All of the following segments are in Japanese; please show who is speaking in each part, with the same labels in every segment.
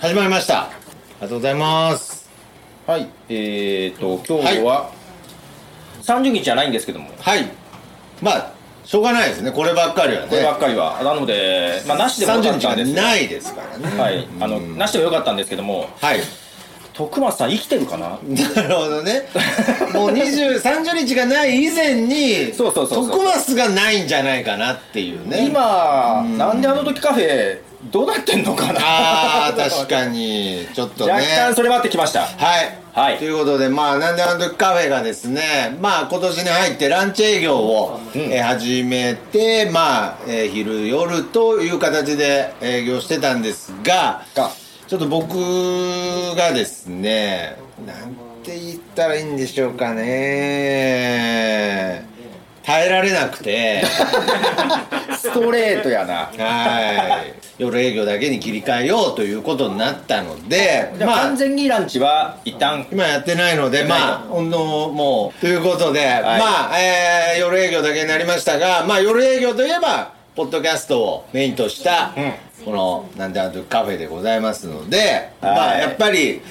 Speaker 1: 始まりましたありがとうございます
Speaker 2: はい、えーと、今日は、30日じゃないんですけども、
Speaker 1: はいまあしょうがないですねこればっかりはね
Speaker 2: こればっかりは、なので、まあ、なしでもよか
Speaker 1: 30
Speaker 2: っ
Speaker 1: 日
Speaker 2: た
Speaker 1: が
Speaker 2: んです
Speaker 1: ないですからね
Speaker 2: はい、あの、なしでもよかったんですけども、
Speaker 1: はい
Speaker 2: 徳松さん生きてるかな
Speaker 1: なるほどねもう20 30日がない以前に
Speaker 2: そうそうそうそう
Speaker 1: 徳松がないんじゃないかなっていうね
Speaker 2: 今、なんであの時カフェ、どうなってんのかな
Speaker 1: あー確かにちょっとね
Speaker 2: 若干それはあってきました。
Speaker 1: はい、
Speaker 2: はい
Speaker 1: ということでまあなんであの時カフェがですねまあ今年に入ってランチ営業を、えー始めてまあ、えー昼夜という形で営業してたんですが
Speaker 2: が
Speaker 1: ちょっと僕がですねなんて言ったらいいんでしょうかね耐えられなく て
Speaker 2: ストレートやな。
Speaker 1: はい夜営業だけに切り替えようということになったので
Speaker 2: じゃあ、完全にランチは一旦、
Speaker 1: 今やってないので、まあ、ほんの、もう、ということで、まあ、えー夜営業だけになりましたが、まあ、夜営業といえば、ポッドキャストをメインとした、この、なんであの時カフェでございますので、まあ、やっぱり、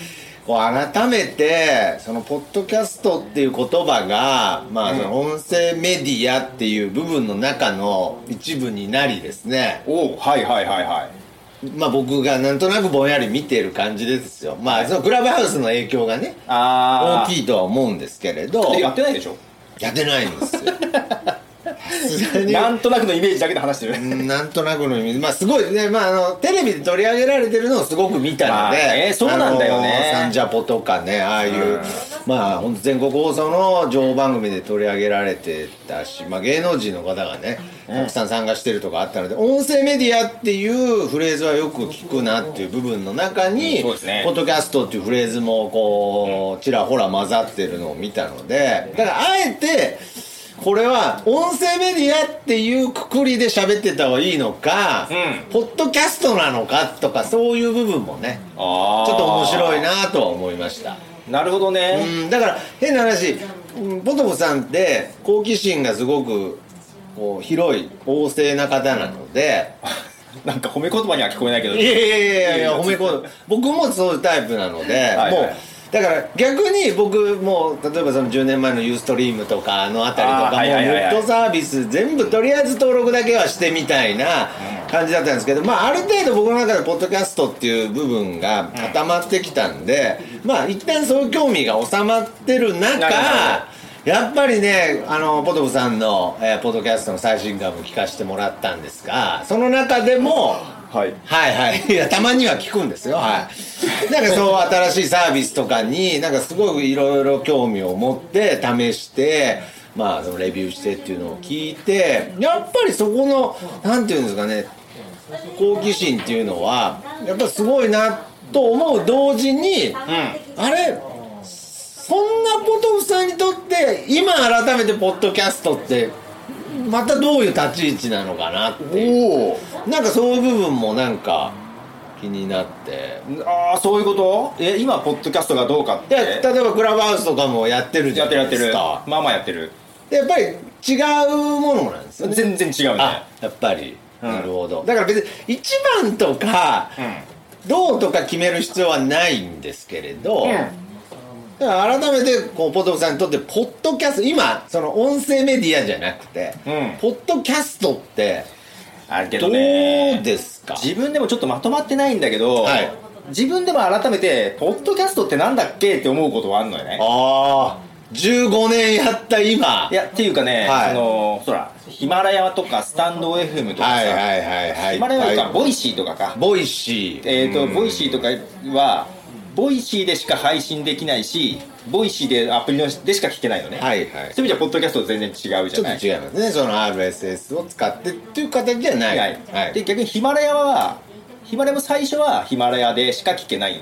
Speaker 1: こう、改めて、その、ポッドキャストっていう言葉が、まあ、その音声メディアっていう部分の中の一部になりですね、
Speaker 2: おうはいはいはいはい。
Speaker 1: まあ、僕がなんとなくぼんやり見てる感じですよ。まあ、その、クラブハウスの影響がね、
Speaker 2: あ
Speaker 1: 大きいとは思うんですけれど
Speaker 2: ー。でやってないでしょ
Speaker 1: やってないんですよさすがに
Speaker 2: なんとなくのイメージだけで話してる。
Speaker 1: うんなんとなくの意味まあすごいね、まあ、あのテレビで取り上げられてるのをすごく見たので、
Speaker 2: まあねそうなんだよね
Speaker 1: あのサンジャポとかねああいう、
Speaker 2: うん
Speaker 1: まあ本当全国放送の情報番組で取り上げられてたし、まあ、芸能人の方がねたくさん参加してるとかあったので、音声メディアっていうフレーズはよく聞くなっていう部分の中に、
Speaker 2: そうですね
Speaker 1: ポッドキャストっていうフレーズもこうちらほら混ざってるのを見たのでだからあえてこれは音声メディアっていうくくりで喋ってた方がいいのか、
Speaker 2: う
Speaker 1: ポッドキャストなのかとかそういう部分もね
Speaker 2: ち
Speaker 1: ち
Speaker 2: ょ
Speaker 1: ょっと面白い。なとは思いました。
Speaker 2: なるほどね。
Speaker 1: うん、だから変な話うんポトフさんって好奇心がすごくこう広い旺盛な方なので、
Speaker 2: なんか褒め言葉には聞こえないけど。
Speaker 1: いやいやいやいや褒め込む僕もそういうタイプなので
Speaker 2: はい
Speaker 1: もうだから逆に僕もう例えばその10年前のユーストリームとかあの辺りとか
Speaker 2: あーはい
Speaker 1: もう
Speaker 2: はいは
Speaker 1: ネ
Speaker 2: いは
Speaker 1: ッ
Speaker 2: い
Speaker 1: トサービス全部とりあえず登録だけはしてみたいな感じだったんですけどまあある程度僕の中でポッドキャストっていう部分が固まってきたんでまあ一旦そういう興味が収まってる
Speaker 2: なるほ
Speaker 1: 中やっぱりね、あの、ポトフさんの、えーポッドキャストの最新刊も聞かせてもらったんですが、その中でも、
Speaker 2: はい。
Speaker 1: はい はい。いや、たまには聞くんですよ。はい。なんかそう、新しいサービスとかに、なんかすごくいろいろ興味を持って、試して、まあ、そのレビューしてっていうのを聞いて、やっぱりそこの、なんていうんですかね、好奇心っていうのは、やっぱすごいなと思う同時に、あれそんなポトフさんにとって、今改めてポッドキャストって、またどういう立ち位置なのかなっていう。
Speaker 2: おお。
Speaker 1: なんかそういう部分もなんか気になって。
Speaker 2: ああ、そういうことえ、今、ポッドキャストがどうかっ
Speaker 1: い
Speaker 2: て。
Speaker 1: や、例えばクラブハウスとかもやってるじ
Speaker 2: や
Speaker 1: ゃ
Speaker 2: っ
Speaker 1: ない
Speaker 2: てるやって
Speaker 1: で
Speaker 2: る。
Speaker 1: す
Speaker 2: ま
Speaker 1: か。
Speaker 2: あまあやってる。
Speaker 1: でやっぱり違うものなんですよね。
Speaker 2: 全然違うね
Speaker 1: あ。、やっぱり。
Speaker 2: うん
Speaker 1: なるほど。だから別に一番とか、
Speaker 2: う
Speaker 1: どうとか決める必要はないんですけれど、だから改めてこうポトフさんにとってポッドキャスト今その音声メディアじゃなくて、
Speaker 2: うん
Speaker 1: ポッドキャストって
Speaker 2: あるけ
Speaker 1: ど
Speaker 2: ど
Speaker 1: う
Speaker 2: ね。
Speaker 1: ですか
Speaker 2: 自分でもちょっとまとまってないんだけど、
Speaker 1: はい
Speaker 2: 自分でも改めて、ポッドキャストってなんだっけって思うことはあるのよね。
Speaker 1: ああ15年やった今
Speaker 2: いや、っていうかね、
Speaker 1: はい
Speaker 2: その、ほら、ヒマラヤとかスタンド FM とかさ、
Speaker 1: はいはいはいはい。
Speaker 2: ヒマラヤと
Speaker 1: は
Speaker 2: か、
Speaker 1: い
Speaker 2: ボイシーとかか、
Speaker 1: ボイシー。
Speaker 2: えー、と
Speaker 1: うん
Speaker 2: ボイシーとかはボイシーでしか配信できないしボイシーでアプリのしでしか聞けないよね、
Speaker 1: はいはい。
Speaker 2: そういう意味ではポッドキャストと全然違うじ
Speaker 1: ち
Speaker 2: ゃ
Speaker 1: ょっ
Speaker 2: ない
Speaker 1: と違いますね。その RSS を使ってっていう形じゃない。
Speaker 2: はい
Speaker 1: はい。
Speaker 2: で逆にヒマラヤはヒマラヤも最初はヒマラヤでしか聞けない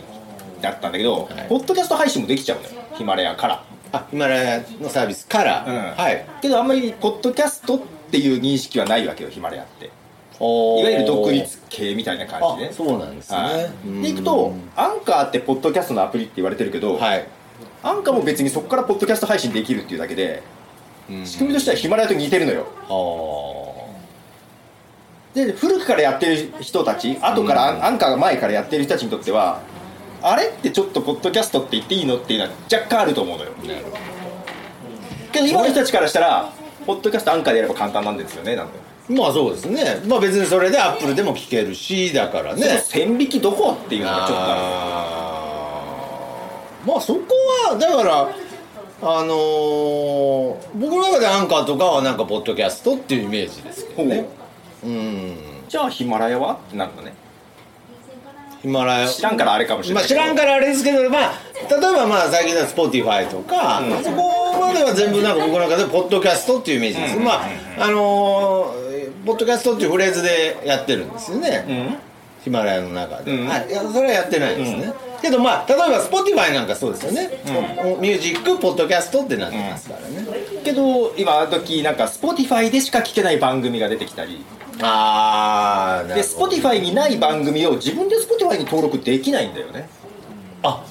Speaker 2: だったんだけど、
Speaker 1: はい
Speaker 2: ポッドキャスト配信もできちゃうのよヒマラヤから、
Speaker 1: あ、ヒマラヤのサービスから。
Speaker 2: うん
Speaker 1: はい。
Speaker 2: けどあんまりポッドキャストっていう認識はないわけよヒマラヤってい
Speaker 1: おー
Speaker 2: わゆる独立系みたいな感
Speaker 1: あ
Speaker 2: じで、
Speaker 1: そうなんです
Speaker 2: は
Speaker 1: ね。うん
Speaker 2: い、でいくとアンカーってポッドキャストのアプリって言われてるけど、
Speaker 1: はい。
Speaker 2: アンカーも別にそこからポッドキャスト配信できるっていうだけで、
Speaker 1: うん
Speaker 2: 仕組みとしてはヒマラヤと似てるのよ。
Speaker 1: あー
Speaker 2: で古くからやってる人たち後から、アンカーが前からやってる人たちにとってはあれってちょっとポッドキャストって言っていいのっていうのは若干あると思うのよけど今の人たちからしたらポッドキャストアンカーでやれば簡単なんですよねなんで
Speaker 1: まあそうですねまあ別にそれでアップルでも聞けるしだからね
Speaker 2: 線引きどこっていうのがちょっとあ
Speaker 1: あーまあそこはだからあのー僕の中でアンカーとかはなんかポッドキャストっていうイメージですけど
Speaker 2: る
Speaker 1: ね
Speaker 2: ほ
Speaker 1: うん
Speaker 2: うじゃあヒマラヤはってなるのね
Speaker 1: ヒマラヤ
Speaker 2: 知らんからあれかもしれ
Speaker 1: ま
Speaker 2: な
Speaker 1: あ、
Speaker 2: い
Speaker 1: 知らん
Speaker 2: か
Speaker 1: からあれですけど、まあ、例えばまあ最近の Spotify とか、
Speaker 2: うん
Speaker 1: そこまでは全部なんか僕の中でポッドキャストっていうイメージです、
Speaker 2: うん
Speaker 1: まああのーポッドキャストっていうフレーズでやってるんですよね、
Speaker 2: うん
Speaker 1: ヒマラヤの中で、
Speaker 2: うん
Speaker 1: はいいやそれはやってないですね、けどまあ例えば Spotify なんかそうですよね、ミュージックポッドキャストってなってますからね、
Speaker 2: けど今時なんか Spotify でしか聞けない番組が出てきたり
Speaker 1: ああ
Speaker 2: で Spotify にない番組を自分で Spotify に登録できないんだよね
Speaker 1: あ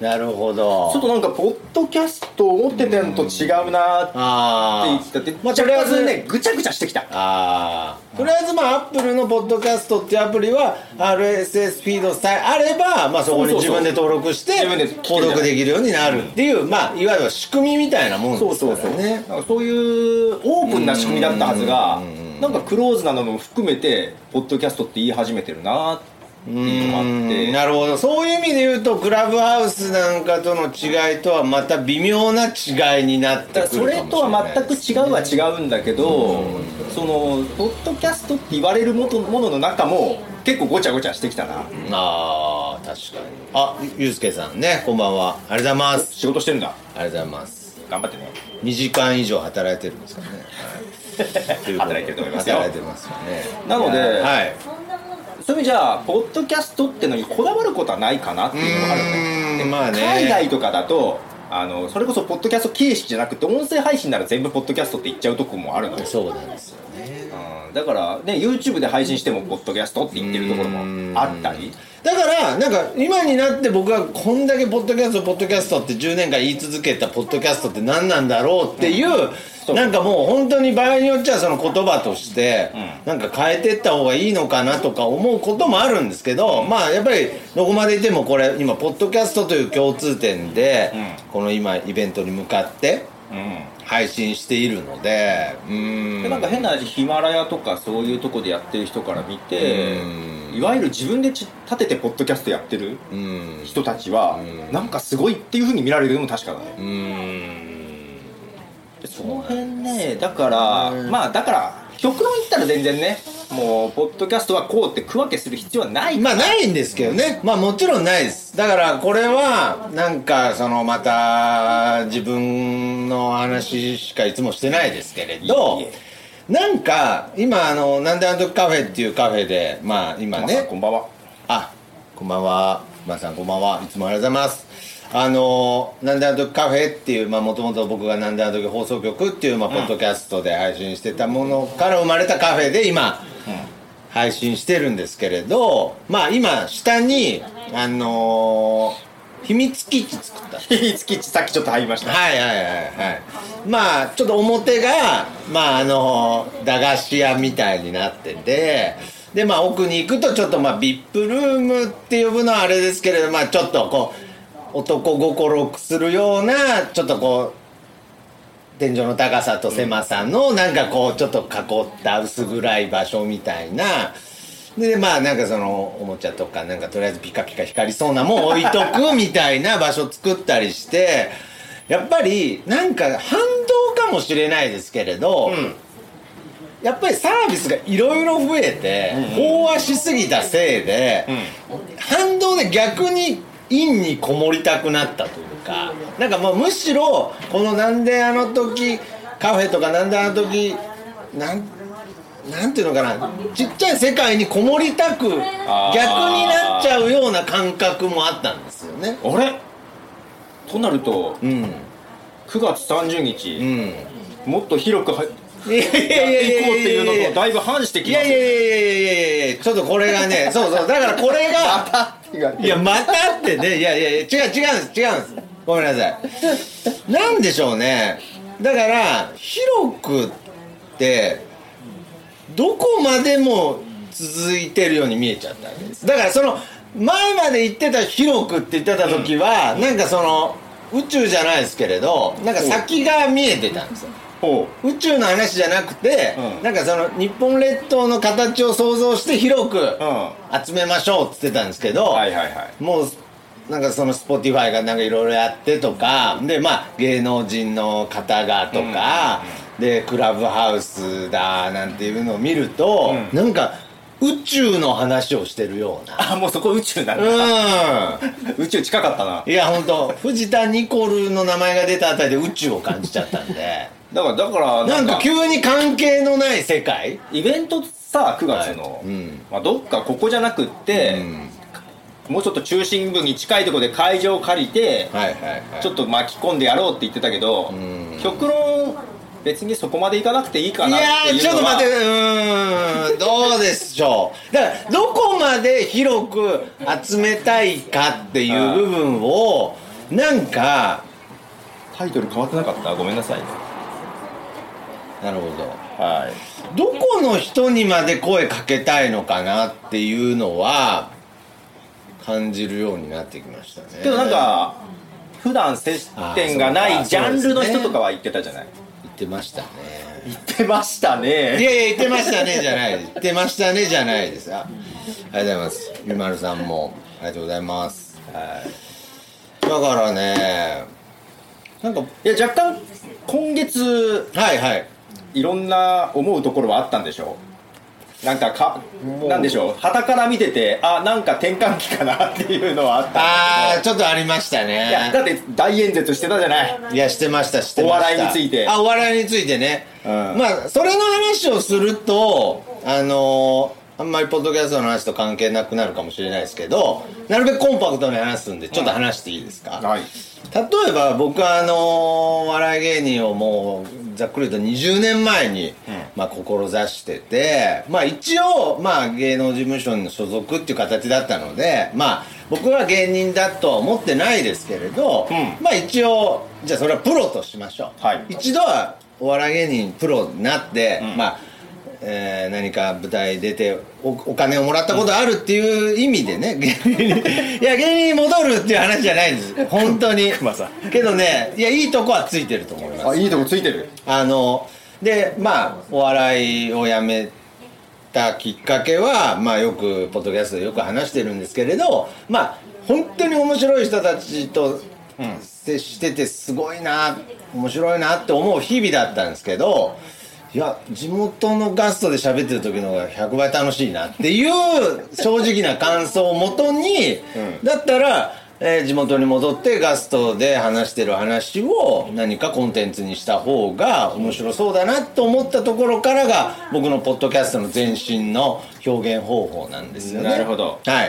Speaker 1: なるほ
Speaker 2: ちょっと
Speaker 1: ど
Speaker 2: なんかポッドキャスト思ってたのと違うなーって言
Speaker 1: あ
Speaker 2: って
Speaker 1: あ
Speaker 2: て
Speaker 1: まあと
Speaker 2: と
Speaker 1: り
Speaker 2: り
Speaker 1: あ
Speaker 2: あ
Speaker 1: え
Speaker 2: え
Speaker 1: ず
Speaker 2: ずねぐちゃぐちゃしてきた
Speaker 1: ああとりあえずまあアップルのポッドキャストっていうアプリは RSS フィードさえあれば、まあ、そこに
Speaker 2: そう
Speaker 1: 自
Speaker 2: そうそう
Speaker 1: 分で登録して
Speaker 2: 自分で聞ける
Speaker 1: 登録できるようになるっていう、まあいわゆる仕組みみたいなもんですからね
Speaker 2: なんかそういうオープンな仕組みだったはずがなんかクローズなのも含めてポッドキャストって言い始めてるなーっていうのがあって
Speaker 1: なるほどそういう意味で言うとクラブハウスなんかとの違いとはまた微妙な違いになってくるかも
Speaker 2: だから
Speaker 1: しれ
Speaker 2: そ
Speaker 1: な
Speaker 2: れ
Speaker 1: い
Speaker 2: とは全く違うは違うんだけど、そのポッドキャストって言われるもとものの中も結構ごちゃごちゃしてきたな
Speaker 1: ああ確かにあゆうすけさんねこんばんはありがとうございます
Speaker 2: 仕事してるんだ
Speaker 1: ありがとうございます
Speaker 2: 頑張ってね
Speaker 1: 2時間以上働いてるんですかね、はい
Speaker 2: 働いてると思いますよ
Speaker 1: 働いてますよね
Speaker 2: なので
Speaker 1: はい
Speaker 2: そういう意味じゃあポッドキャストってのにこだわることはないかなっていうのがあるよね
Speaker 1: うーんまあね
Speaker 2: 海外とかだとあのそれこそポッドキャスト形式じゃなくて音声配信なら全部ポッドキャストって言っちゃうとこもあるのよ、
Speaker 1: そうなんですよね
Speaker 2: うんだからね YouTube で配信してもポッドキャストって言ってるところもあったり
Speaker 1: だからなんか今になって僕はこんだけポッドキャストポッドキャストって10年間言い続けたポッドキャストって何なんだろうっていう、
Speaker 2: そう
Speaker 1: なんかもう本当に場合によっちゃその言葉として、なんか変えてった方がいいのかなとか思うこともあるんですけど、まあやっぱりどこまでいてもこれ今ポッドキャストという共通点で、この今イベントに向かって
Speaker 2: うん
Speaker 1: 配信しているのでうーん
Speaker 2: でなんか変な話ヒマラヤとかそういうとこでやってる人から見て
Speaker 1: う
Speaker 2: いわゆる自分でち立ててポッドキャストやってる
Speaker 1: うーん
Speaker 2: 人たちはなんかすごいっていうふうに見られるのも確かだね
Speaker 1: うーん
Speaker 2: でその辺ねだからまあだから極論言ったら全然ねもうポッドキャストはこうって区分けする必要はない
Speaker 1: まあないんですけどね、まあもちろんないですだからこれはなんかそのまた自分の話しかいつもしてないですけれど
Speaker 2: いえい
Speaker 1: なんか今あの「なんであの時カフェ」っていうカフェでまあ今
Speaker 2: まさん
Speaker 1: ね
Speaker 2: こんばんは
Speaker 1: あこんばんはまさんこんばんはいつもありがとうございますあの「なんであの時カフェ」っていうもともと僕が「なんであの時放送局」っていう、まあ、ポッドキャストで配信してたものから生まれたカフェで今、配信してるんですけれどまあ今下にあのー秘密基地作った
Speaker 2: 秘密基地さっきちょっと入りました
Speaker 1: はいはいはいはいまあちょっと表がまああの駄菓子屋みたいになっててでまあ奥に行くとちょっとまあ VIP ルームって呼ぶのはあれですけれどまあちょっとこう男心をくするようなちょっとこう天井の高さと狭さのなんかこうちょっと囲った薄暗い場所みたいな。でまあなんかそのおもちゃとかなんかとりあえずピカピカ光りそうなもん置いとくみたいな場所作ったりしてやっぱりなんか反動かもしれないですけれど、やっぱりサービスがいろいろ増えて、飽和しすぎたせいで、反動で逆に陰にこもりたくなったというかなんかまあむしろこの「なんであの時カフェ」とか「なんであの時」なんなんていうのかなちっちゃい世界にこもりたく逆に
Speaker 2: あー
Speaker 1: なっちゃうような感覚もあったんですよね。
Speaker 2: あれとなると
Speaker 1: うん、
Speaker 2: 9月30日、
Speaker 1: うん
Speaker 2: もっと広くはやって
Speaker 1: いやいやいやい
Speaker 2: い
Speaker 1: や
Speaker 2: こうっていうのとだいぶ反して
Speaker 1: い
Speaker 2: きま
Speaker 1: や
Speaker 2: す
Speaker 1: いやいやいやいやいやいやちょっとこれがねそうそうだからこれ がいやまたってねいやいやいや違う違うんです違うんですごめんなさいなんでしょうねだから広くってどこまでも続いてるように見えちゃったわけですだからその前まで言ってた「広く」って言ってた時は、なんかその宇宙じゃないですけれどなんか先が見えてたんですよ
Speaker 2: ほ
Speaker 1: 宇宙の話じゃなくて、
Speaker 2: うん
Speaker 1: なんかその日本列島の形を想像して広く
Speaker 2: ん
Speaker 1: 集めましょうって言ってたんですけど、
Speaker 2: うはいはいはい
Speaker 1: もうなんかその Spotify がなんかいろいろやってとかでまあ芸能人の方がとか、でクラブハウスだなんていうのを見ると、
Speaker 2: うん
Speaker 1: なんか宇宙の話をしてるような。
Speaker 2: あもうそこ宇宙なんだ、
Speaker 1: う
Speaker 2: 宇宙近かったなん
Speaker 1: いや本当藤田ニコルの名前が出たあたりで宇宙を感じちゃったんで
Speaker 2: だからだから
Speaker 1: なんか急に関係のない世界
Speaker 2: イベントさ9月の、
Speaker 1: はいうん
Speaker 2: まあ、どっかここじゃなくって、もうちょっと中心部に近いところで会場を借りて、
Speaker 1: はいはいはい
Speaker 2: ちょっと巻き込んでやろうって言ってたけど、
Speaker 1: ん
Speaker 2: 極論別にそこまでいかなくていいか
Speaker 1: い
Speaker 2: なっ
Speaker 1: や
Speaker 2: ていう
Speaker 1: ーちょっと
Speaker 2: のは
Speaker 1: 待ってうーんどうでしょうだからどこまで広く集めたいかっていう部分をなんか
Speaker 2: タイトル変わってなかったごめんなさいね
Speaker 1: なるほど
Speaker 2: はい
Speaker 1: どこの人にまで声かけたいのかなっていうのは感じるようになってきましたね
Speaker 2: けどなんか、普段接点がな
Speaker 1: あ
Speaker 2: い
Speaker 1: ー
Speaker 2: ジ
Speaker 1: そう
Speaker 2: ャ
Speaker 1: か
Speaker 2: ンル
Speaker 1: そう
Speaker 2: の
Speaker 1: です
Speaker 2: 人
Speaker 1: ね
Speaker 2: とかは言ってたじゃない、
Speaker 1: 言ってましたね
Speaker 2: 言ってました
Speaker 1: い
Speaker 2: ね
Speaker 1: やいや言ってましたねじゃない言ってましたねじゃないですあありがとうございますゆまるさんもありがとうございます
Speaker 2: はい
Speaker 1: だからねなんか
Speaker 2: いや若干今月
Speaker 1: はいはい
Speaker 2: いろんな思うところはあったんでしょうなんかかなんでしょう傍から見ててあなんか転換期かなっていうのはあった
Speaker 1: ああちょっとありました
Speaker 2: いや
Speaker 1: ね
Speaker 2: だって大演説してたじゃない
Speaker 1: いやしてましたしてました
Speaker 2: お笑いについて
Speaker 1: あお笑いについてね、
Speaker 2: うん
Speaker 1: まあそれの話をするとあのーあんまりポッドキャストの話と関係なくなるかもしれないですけどなるべくコンパクトに話すんでちょっと話していいですか、
Speaker 2: はい
Speaker 1: 例えば僕はあのお笑い芸人をもうざっくり言うと20年前に、まあ、志してて、まあ、一応、まあ、芸能事務所に所属っていう形だったので、まあ、僕は芸人だとは思ってないですけれど、
Speaker 2: うん
Speaker 1: まあ一応じゃあそれはプロとしましょう、
Speaker 2: はい
Speaker 1: 一度はお笑い芸人プロになって、まあえー何か舞台出ておお金をもらったことあるっていう意味でね芸人にいや芸人に戻るっていう話じゃないんです本当に
Speaker 2: 熊さ
Speaker 1: けどねいやいいとこはついてると思います
Speaker 2: あいいとこついてる
Speaker 1: あのでまあお笑いをやめたきっかけはまあよくポッドキャストでよく話してるんですけれどまあ本当に面白い人たちと接しててすごいな面白いなって思う日々だったんですけどいや地元のガストで喋ってる時の方が100倍楽しいなっていう正直な感想をもとに、
Speaker 2: う
Speaker 1: だったら、えー地元に戻ってガストで話してる話を何かコンテンツにした方が面白そうだなと思ったところからが僕のポッドキャストの前身の表現方法なんですよね。
Speaker 2: なるほど
Speaker 1: は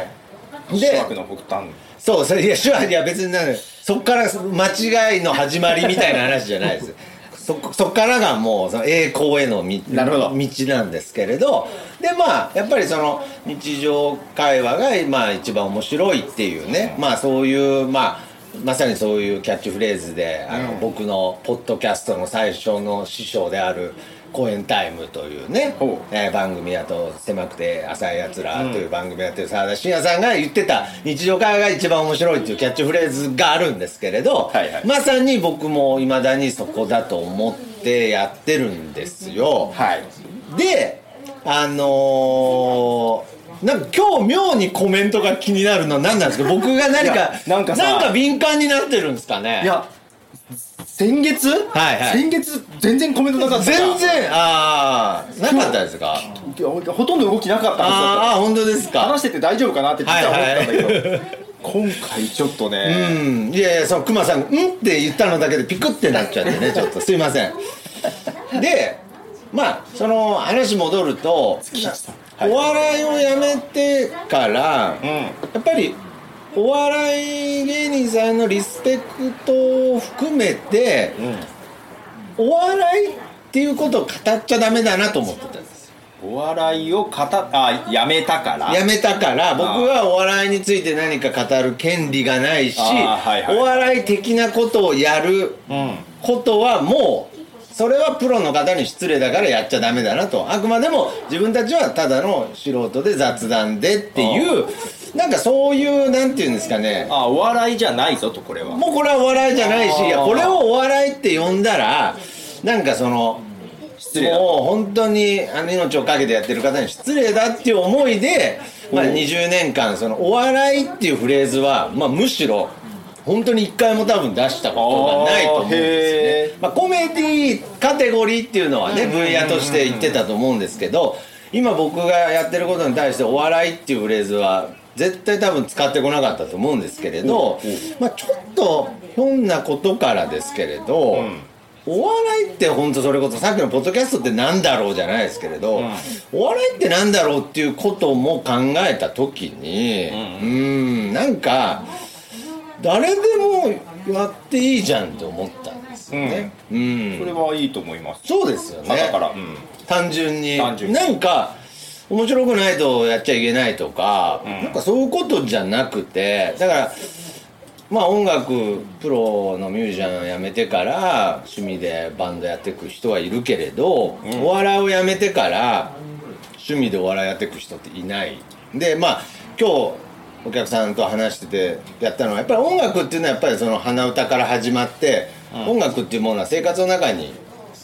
Speaker 1: い。
Speaker 2: で
Speaker 1: で、
Speaker 2: の北端
Speaker 1: そう、それいや、手話いや別になる。そっから間違いの始まりみたいな話じゃないです。そこそっからがもうその栄光へのみ
Speaker 2: なるほど
Speaker 1: 道なんですけれどでまあやっぱりその日常会話がまあ一番面白いっていうね、まあそういうまあまさにそういうキャッチフレーズであの、僕のポッドキャストの最初の師匠である「公演タイム」というね
Speaker 2: ほう、
Speaker 1: えー番組やと「狭くて浅いやつら」という番組やってる澤田信也さんが言ってた「日常会話が一番面白い」っていうキャッチフレーズがあるんですけれど、
Speaker 2: はいはい
Speaker 1: まさに僕もいまだにそこだと思ってやってるんですよ。
Speaker 2: はい
Speaker 1: であのーなんか今日妙にコメントが気になるのは何なん ですか僕が何
Speaker 2: い
Speaker 1: か
Speaker 2: やなんかさ
Speaker 1: 敏感になってるんですかね
Speaker 2: いや先月
Speaker 1: はいはい
Speaker 2: 先月全然コメントなかった
Speaker 1: 全然ああなかったですか
Speaker 2: ほとんど動きなかった
Speaker 1: あ
Speaker 2: ん
Speaker 1: あ本当です
Speaker 2: ですよ
Speaker 1: か
Speaker 2: 話してて大丈夫かなって実は思ったんだけど、
Speaker 1: はい
Speaker 2: 今回ちょっ
Speaker 1: う
Speaker 2: とね、
Speaker 1: んいやいやその熊さん「うん?」って言ったのだけでピクってなっちゃって ねちょっとすいませんでまあその話戻ると
Speaker 2: はい
Speaker 1: お笑いをやめてから、
Speaker 2: う
Speaker 1: やっぱりお笑い芸人さんのリスペクトを含めて
Speaker 2: ん
Speaker 1: お笑いっていうことを語っちゃダメだなと思ってたんですよ
Speaker 2: お笑いを語っあやめたから
Speaker 1: やめたから僕はお笑いについて何か語る権利がないし、
Speaker 2: あーはいはい
Speaker 1: お笑い的なことをやる
Speaker 2: うん
Speaker 1: ことはもうそれはプロの方に失礼だからやっちゃダメだなとあくまでも自分たちはただの素人で雑談でっていうなんかそういうなんていうんですかね
Speaker 2: あお笑いじゃないぞとこれは
Speaker 1: もうこれはお笑いじゃないし
Speaker 2: あー
Speaker 1: いやこれをお笑いって呼んだらなんかその
Speaker 2: 失礼だ
Speaker 1: もう本当にあの命をかけてやってる方に失礼だっていう思いで、まあ、20年間そのお笑いっていうフレーズは、まあ、むしろ本当に一回も多分出したことがないと思うんですよ
Speaker 2: あーへ
Speaker 1: ね、まあ、コメディカテゴリーっていうのはね分野として言ってたと思うんですけど今僕がやってることに対してお笑いっていうフレーズは絶対多分使ってこなかったと思うんですけれど、まあ、ちょっとひょんなことからですけれど、お笑いって本当それこそさっきのポッドキャストってなんだろうじゃないですけれど、お笑いってなんだろうっていうことも考えた時にうんんなんか誰でもやっていいじゃんって思ったんですよね。うん
Speaker 2: それはいいと思います
Speaker 1: そうですよね
Speaker 2: だから、うん
Speaker 1: 単純に
Speaker 2: 単純に
Speaker 1: なんか面白くないとやっちゃいけないとか、
Speaker 2: ん
Speaker 1: なんかそういうことじゃなくてだからまあ音楽プロのミュージシャンを辞めてから趣味でバンドやっていく人はいるけれど、お笑いを辞めてから趣味でお笑いやっていく人っていないでまあ今日お客さんと話しててやったのはやっぱり音楽っていうのはやっぱりその鼻歌から始まって、音楽っていうものは生活の中に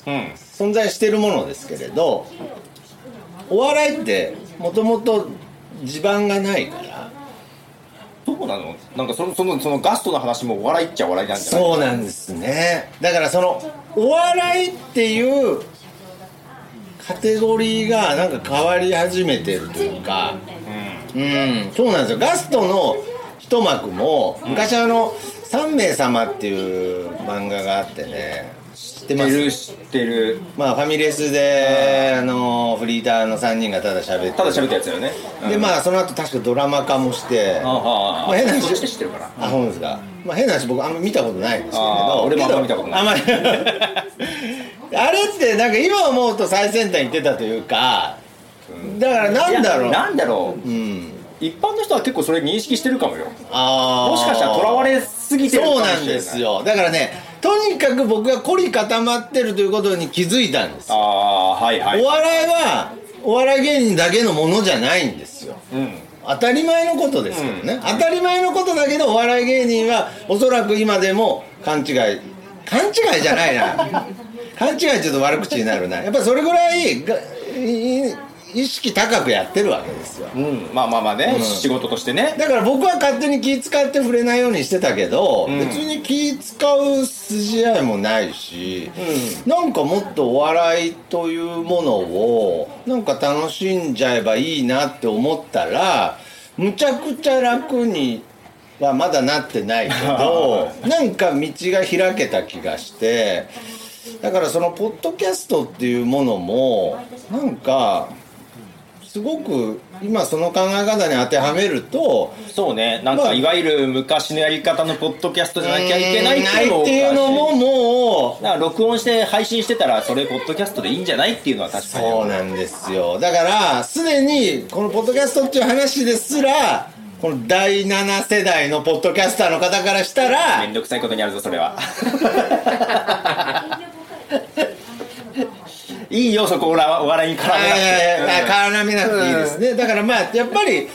Speaker 2: うん
Speaker 1: 存在してるものですけれどお笑いってもともと地盤がないから
Speaker 2: どうなのなんかそのそのそのガストの話もお笑いっちゃお笑いなんじゃない
Speaker 1: そうなんですねだからそのお笑いっていうカテゴリーがなんか変わり始めてるというかうんそうなんですよガストの一幕も昔あの「三名様」っていう漫画があってね知って
Speaker 2: 知
Speaker 1: ま
Speaker 2: って
Speaker 1: す
Speaker 2: る知ってる
Speaker 1: まあファミレスであのフリーターの3人がただ喋ってる
Speaker 2: ただ喋ったやつだよね、うん
Speaker 1: でまあその後確かドラマ化もして
Speaker 2: あああ
Speaker 1: まあ変な話
Speaker 2: そっちで知ってるから
Speaker 1: あそうですか、まあ、変な話僕あんま見たことないんですけれ
Speaker 2: あー
Speaker 1: ど
Speaker 2: 俺もあんま見たことない
Speaker 1: あんまり あれってなんか今思うと最先端行ってたというかだからなんだろ
Speaker 2: いうやなんだろう
Speaker 1: うん
Speaker 2: 一般の人は結構それ認識してるかもよ
Speaker 1: あー
Speaker 2: もしかしたらとらわれすぎてるかも
Speaker 1: そう
Speaker 2: しれな
Speaker 1: な
Speaker 2: い
Speaker 1: んですよだからねとにかく僕が凝り固まってるということに気づいたんです
Speaker 2: ああはいはい
Speaker 1: お笑いはお笑い芸人だけのものじゃないんですよ
Speaker 2: うん
Speaker 1: 当たり前のことですけどね、当たり前のことだけどお笑い芸人はおそらく今でも勘違い勘違いじゃないな勘違いちょっと悪口になるなやっぱそれぐらいがい意識高くやってるわけですよ
Speaker 2: うんまあまあまあね、仕事としてね
Speaker 1: だから僕は勝手に気使って触れないようにしてたけど、
Speaker 2: ん
Speaker 1: 別に気使う筋合いもないし、なんかもっとお笑いというものをなんか楽しんじゃえばいいなって思ったらむちゃくちゃ楽にはまだなってないけどなんか道が開けた気がしてだからそのポッドキャストっていうものもなんか。すごく今その考え方に当てはめると
Speaker 2: そうねなん
Speaker 1: まあ
Speaker 2: かいわゆる昔のやり方のポッドキャストじゃなきゃいけない
Speaker 1: ないっていうのももう
Speaker 2: だから録音して配信してたらそれポッドキャストでいいんじゃないっていうのは確かに
Speaker 1: そうなんですよだからすでにこのポッドキャストっていう話ですらこの第7世代のポッドキャスターの方からしたら
Speaker 2: めんどくさいことになるぞそれはいいよそこおらお笑いに絡めなくて、
Speaker 1: えーあ絡めなくていいですね、だからまあやっぱり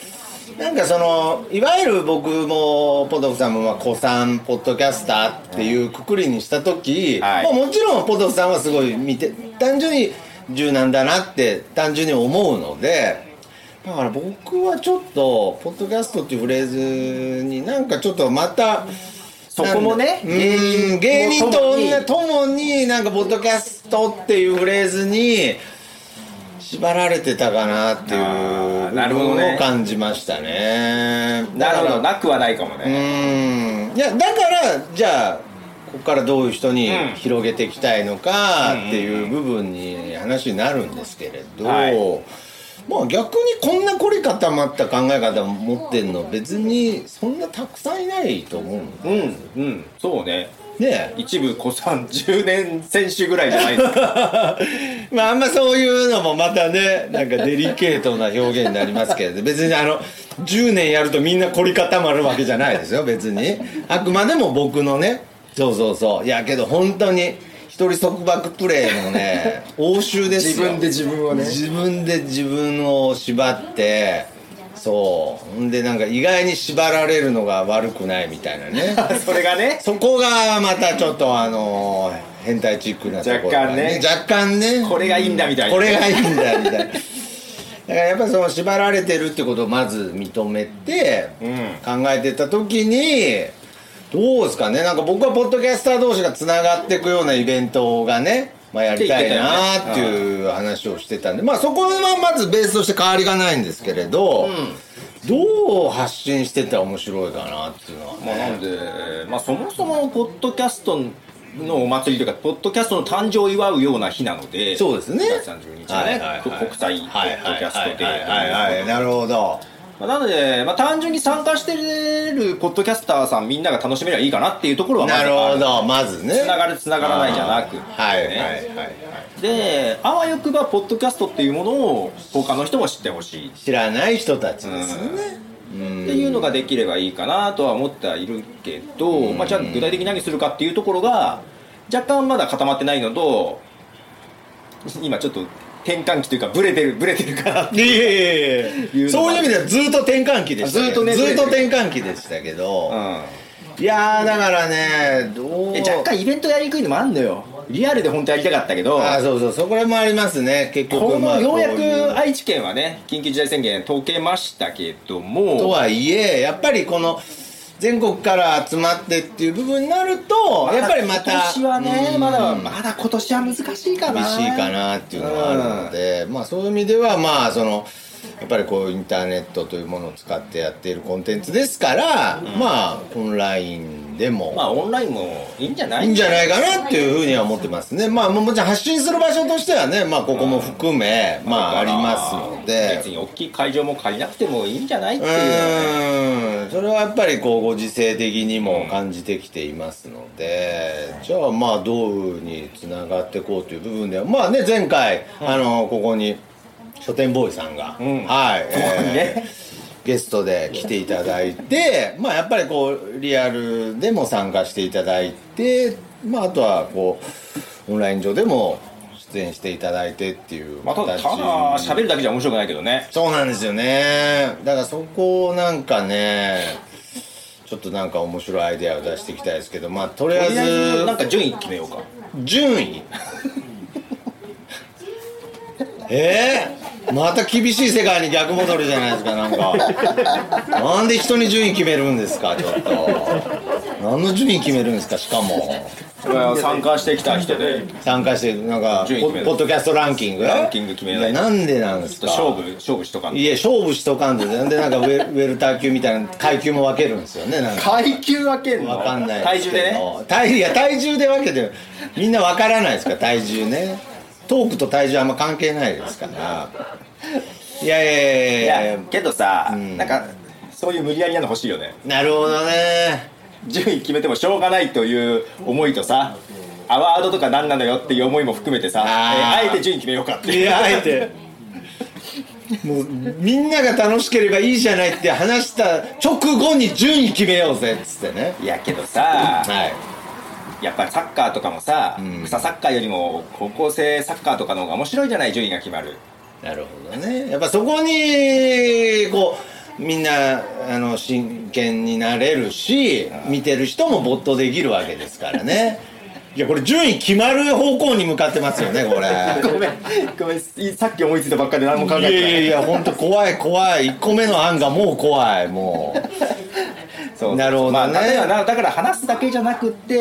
Speaker 1: なんかそのいわゆる僕もポトフさんもまあ子さんポッドキャスターっていうくくりにした時、
Speaker 2: はい
Speaker 1: まあもちろんポトフさんはすごい見て単純に柔軟だなって単純に思うのでだから僕はちょっとポッドキャストっていうフレーズになんかちょっとまた。
Speaker 2: そこもね
Speaker 1: なんだうん芸
Speaker 2: 芸
Speaker 1: 人
Speaker 2: 人
Speaker 1: と同
Speaker 2: と共
Speaker 1: じ
Speaker 2: に
Speaker 1: 共になんかポッドキャストっていうフレーズに縛られてたかなってい
Speaker 2: あ
Speaker 1: う
Speaker 2: ーなるほどね
Speaker 1: 部分を感じましたね
Speaker 2: なるほ
Speaker 1: だか
Speaker 2: ど
Speaker 1: ら
Speaker 2: なくはないかも
Speaker 1: う
Speaker 2: ね、
Speaker 1: んいやだからじゃあここからどういう人に
Speaker 2: うん
Speaker 1: 広げていきたいのかっていう部分に話になるんですけれど、
Speaker 2: はい
Speaker 1: まあ逆にこんな凝り固まった考え方を持ってんの別にそんなたくさんいないと思うの
Speaker 2: うんうんそうね
Speaker 1: ねえ
Speaker 2: 一部子さん10年選手ぐらいじゃないですか
Speaker 1: まああんまそういうのもまたねなんかデリケートな表現になりますけれど別にあの10年やるとみんな凝り固まるわけじゃないですよ別にあくまでも僕のねそうそうそういやけど本当に一人束縛プレイのね応酬ですよ
Speaker 2: 自分で自分をね
Speaker 1: 自分で自分を縛ってそうんでなんか意外に縛られるのが悪くないみたいな ね
Speaker 2: それがね
Speaker 1: そこがまたちょっとあの変態チックなところが若干ね
Speaker 2: これがいいんだみたいな
Speaker 1: これがいいんだみたいなだからやっぱりその縛られてるってことをまず認めて考えてた時にどうですかねなんか僕はポッドキャスター同士がつながっていくようなイベントがねまあやりたいなっていう話をしてたんでまあそこはまずベースとして変わりがないんですけれど、どう発信してったら面白いかなっていうのはね
Speaker 2: まあ、なんで、まあ、そもそものポッドキャストのお祭りというか、ポッドキャストの誕生を祝うような日なので、
Speaker 1: そうですね。
Speaker 2: 1月30日はね、国際ポッドキャストで。
Speaker 1: はいはいはいはい、なるほど。
Speaker 2: まあなので、まあ、単純に参加してるポッドキャスターさんみんなが楽しめればいいかなっていうところはま
Speaker 1: な
Speaker 2: ず
Speaker 1: る
Speaker 2: あ
Speaker 1: ほど、まずね。
Speaker 2: つながるつながらないじゃなく
Speaker 1: あーはいはい
Speaker 2: ね
Speaker 1: はいはい。
Speaker 2: であわよくばポッドキャストっていうものを他の人も知ってほしいっ
Speaker 1: 知らない人たちですよね。
Speaker 2: ていうのができればいいかなとは思ってはいるけど、まあ、じゃあ具体的に何するかっていうところが若干まだ固まってないのと今ちょっと転換期というかブレてるブレてるから
Speaker 1: いやいやいや
Speaker 2: 言うの
Speaker 1: そ
Speaker 2: も
Speaker 1: ういう意味ではずっと転換期でしたけど
Speaker 2: ずっとね
Speaker 1: ずっと転換期でしたけど、
Speaker 2: う、
Speaker 1: いやーだからねどうん
Speaker 2: え若干イベントやりにくいのもあんのよリアルで本当やりたかったけど
Speaker 1: あーそうそうそこらもありますね結
Speaker 2: こ
Speaker 1: 局ま
Speaker 2: の
Speaker 1: あ
Speaker 2: ようや
Speaker 1: こい
Speaker 2: く愛知県はね緊急事態宣言解けましたけども
Speaker 1: とはいえやっぱりこの全国から集まってっていう部分になるとやっぱりまた
Speaker 2: 今年はね
Speaker 1: うん
Speaker 2: まだまだ今年は難しいかな
Speaker 1: 厳しいかなっていうのがあるので、まあそういう意味ではまあそのやっぱりこうインターネットというものを使ってやっているコンテンツですから、まあオンラインでも、
Speaker 2: まあオンラインもいいんじゃない
Speaker 1: いいんじゃないかなっていうふうには思ってますね。まあもうもちろん発信する場所としてはね、まあここも含め、まあありますので
Speaker 2: 別。に大きい会場も借りなくてもいいんじゃないっ
Speaker 1: う
Speaker 2: ていうね
Speaker 1: ーん、それはやっぱりこうご時世的にも感じてきていますので、じゃあまあどういうふうにつながっていこうという部分では、まあね、前回、あの、ここに書店ボーイさんが、
Speaker 2: うん
Speaker 1: はい、えー
Speaker 2: ね
Speaker 1: ゲストで来ていただいて、まあ、やっぱりこうリアルでも参加していただいて、まあ、あとはこうオンライン上でも出演していただいてっていう
Speaker 2: まあただただ喋るだけじゃ面白くないけどね
Speaker 1: そうなんですよねだからそこをなんかねちょっとなんか面白いアイデアを出していきたいですけどまあとり
Speaker 2: と
Speaker 1: あえ
Speaker 2: りあえずなん
Speaker 1: ず
Speaker 2: か順位決めようか
Speaker 1: 順位 えー、また厳しい世界に逆戻るじゃないですかなんかなんで人に順位決めるんですかちょっと何の順位決めるんですかしかも
Speaker 2: それは参加してきた人で
Speaker 1: 参加してなんか
Speaker 2: 順位
Speaker 1: ポ
Speaker 2: 決める
Speaker 1: ポッドキャストランキング
Speaker 2: ランキング決めない
Speaker 1: やなんでなんですか
Speaker 2: 勝負勝負しとかんと
Speaker 1: いや勝負しとかんとなんでなんかウェ ウェルター級みたいな階級も分けるんですよねなんか
Speaker 2: 階級分けんの
Speaker 1: 分かんない
Speaker 2: 体
Speaker 1: ですけ
Speaker 2: 重で
Speaker 1: ど
Speaker 2: ね
Speaker 1: 体いや体重で分けてみんな分からないですから体重ねトークと体重あんま関係ないですからいやいやい
Speaker 2: い
Speaker 1: やい
Speaker 2: や
Speaker 1: や
Speaker 2: けどさ、
Speaker 1: ん
Speaker 2: なんかそういう無理やりなの欲しいよね
Speaker 1: なるほどね
Speaker 2: 順位決めてもしょうがないという思いとさアワードとか何なのよっていう思いも含めてさ
Speaker 1: あ
Speaker 2: あ,、
Speaker 1: ー
Speaker 2: えーあえて順位決めようかって
Speaker 1: い
Speaker 2: いう
Speaker 1: やあえてもうみんなが楽しければいいじゃないって話した直後に順位決めようぜっつってね
Speaker 2: いやけどさ
Speaker 1: はい
Speaker 2: やっぱりサッカーとかもさ、
Speaker 1: ん
Speaker 2: 草サッカーよりも高校生サッカーとかの方が面白いじゃない順位が決まる
Speaker 1: なるほどねやっぱそこにこうみんなあの真剣になれるし見てる人も没頭できるわけですからねいやこれ順位決まる方向に向かってますよねこれ
Speaker 2: ごめん ごめんさっき思いついたばっかりで何も考え
Speaker 1: い
Speaker 2: て
Speaker 1: や
Speaker 2: ない
Speaker 1: いやいや本当怖い怖い1個目の案がもう怖いもう
Speaker 2: そう
Speaker 1: なるほどね
Speaker 2: まあ、だからなだから話すだけじゃなく
Speaker 1: ー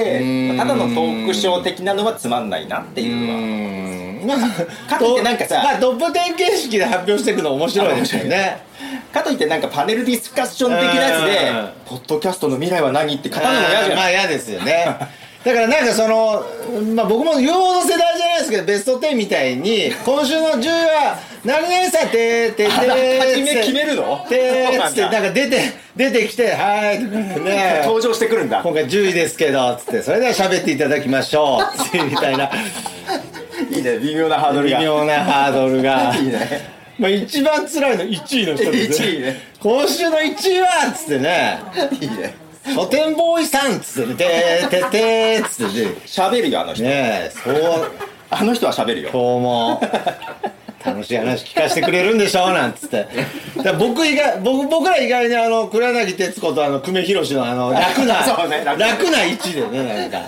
Speaker 2: て
Speaker 1: ん
Speaker 2: ただのトークショー的なのはつまんないなっていうのは
Speaker 1: うん まあ
Speaker 2: かといってなんかさ
Speaker 1: まあ、トップ10形式で発表していくの面白いですよね
Speaker 2: かといってなんかパネルディスカッション的なやつで「ポッドキャストの未来は何?」って語るのも嫌じゃ
Speaker 1: ま
Speaker 2: ない
Speaker 1: あ嫌ですよねだからなんかその、まあ、僕も言うほど世代じゃないですけどベスト10みたいに今週の10は何々さててて
Speaker 2: あら初め決めるの
Speaker 1: て
Speaker 2: そう
Speaker 1: ーっ
Speaker 2: な
Speaker 1: つっ
Speaker 2: ん
Speaker 1: てな
Speaker 2: だ
Speaker 1: んか出て出てきてはいね
Speaker 2: 登場してくるんだ
Speaker 1: 今回10位ですけどつってそれでは喋っていただきましょうっていうみたいない
Speaker 2: いね微妙なハードル
Speaker 1: 微
Speaker 2: が
Speaker 1: 妙なハードルが
Speaker 2: いいね
Speaker 1: まあ一番辛いの1位の人です
Speaker 2: 1位ね
Speaker 1: 今週の1位はっつってね
Speaker 2: いいね
Speaker 1: 書店ボーイさんっつってね、てーてーてーっつってね
Speaker 2: 喋るよあの人
Speaker 1: ねえ、そう、
Speaker 2: あの人は喋るよ
Speaker 1: 今日も、楽しい話聞かせてくれるんでしょなんつって。だから僕以外、僕、僕ら以外にあの、黒柳徹子とあの、久米宏のあの、楽な、
Speaker 2: そうね楽
Speaker 1: 楽な位置でね、なんか。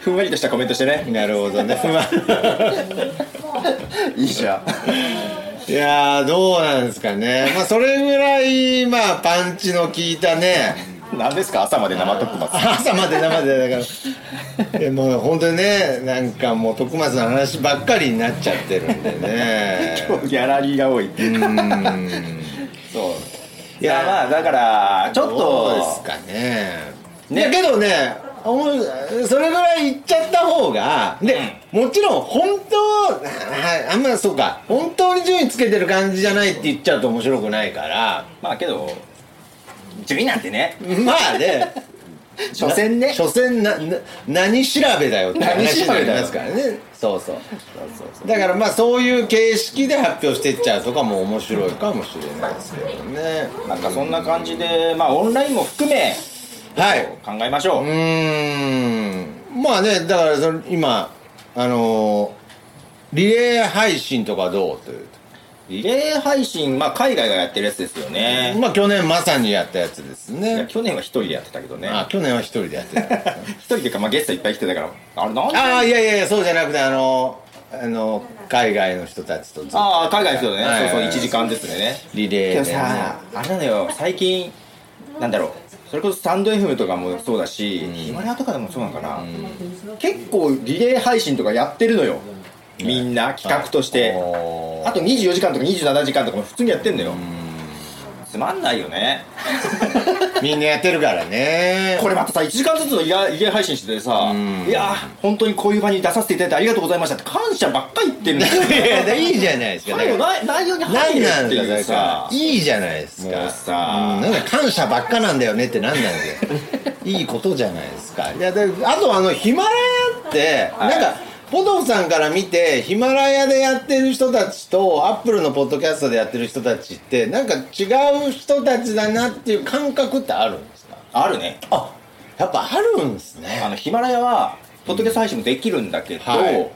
Speaker 2: ふんわりとしたコメントしてね
Speaker 1: なるほどね。不満
Speaker 2: いいじゃん
Speaker 1: いやーどうなんですかね、まあ、それぐらい、まあ、パンチの効いたね、
Speaker 2: 何ですか朝まで生トップ マ
Speaker 1: 朝まで生でだから、えもう本当にね、なんかもう、徳松の話ばっかりになっちゃってるんでね、
Speaker 2: スギャラリーが多いそういやまあだからちょっ
Speaker 1: どうで
Speaker 2: と
Speaker 1: すかね。だけどね、思うそれぐらい言っちゃった方が、で、もちろん、本当、はいあんまそうか、本当に順位つけてる感じじゃないって言っちゃうと面白くないから、
Speaker 2: まあけど順位なんてね
Speaker 1: まあね。
Speaker 2: 所詮ね
Speaker 1: 所詮なな何調べだよって話になりますからねそうそうだからまあそういう形式で発表してっちゃうとかも面白いかもしれないですけどね
Speaker 2: なんかそんな感じでまあオンラインも含め
Speaker 1: はいう
Speaker 2: 考えましょう、
Speaker 1: ーんまあねだからその今あのーリレー配信とかどうという
Speaker 2: リレー配信まあ海外がやってるやつですよね、
Speaker 1: まあ去年まさにやったやつです
Speaker 2: いや
Speaker 1: ね
Speaker 2: 去年は一人でやってたけどね
Speaker 1: あ去年は一人でやってたん ですね
Speaker 2: 一人でか、まあ、ゲストいっぱい来てたからあれなんで
Speaker 1: ああいやいやいやそうじゃなくてあのあの海外の人たちとずっと
Speaker 2: ああ海外の人だね、
Speaker 1: はい
Speaker 2: そうそう1時間ですね
Speaker 1: リレー
Speaker 2: け
Speaker 1: で
Speaker 2: ど
Speaker 1: ね
Speaker 2: さあれなのよ最近なんだろうそれこそスタンド FM とかもそうだし、ヒマラヤとかでもそうなのかな、結構リレー配信とかやってるのよみんな企画として、
Speaker 1: おー
Speaker 2: あと24時間とか27時間とかも普通にやってんのよ、つまんないよね
Speaker 1: みんなやってるからね
Speaker 2: これまたさ1時間ずつのリレー配信しててさ、いやー本当にこういう場に出させていただいてありがとうございましたって感謝ばっかり言ってるん だ
Speaker 1: いやいや
Speaker 2: よ
Speaker 1: いいじゃないですか
Speaker 2: 最後内内容に入
Speaker 1: 何
Speaker 2: る
Speaker 1: な
Speaker 2: っ
Speaker 1: ん
Speaker 2: て
Speaker 1: ですか
Speaker 2: いう
Speaker 1: だから
Speaker 2: さ
Speaker 1: いいじゃないです
Speaker 2: も
Speaker 1: か
Speaker 2: うさ
Speaker 1: うんなんか感謝ばっかなんだよねってなん なんだよいいことじゃないですかいやであとあのヒマラヤって、
Speaker 2: はい
Speaker 1: なんかポトフさんから見てヒマラヤでやってる人たちとアップルのポッドキャストでやってる人たちってなんか違う人たちだなっていう感覚ってあるんですか
Speaker 2: あるね
Speaker 1: あやっぱあるんです
Speaker 2: あ
Speaker 1: ね
Speaker 2: のヒマラヤはポッドキャスト配信もできるんだけど、
Speaker 1: はい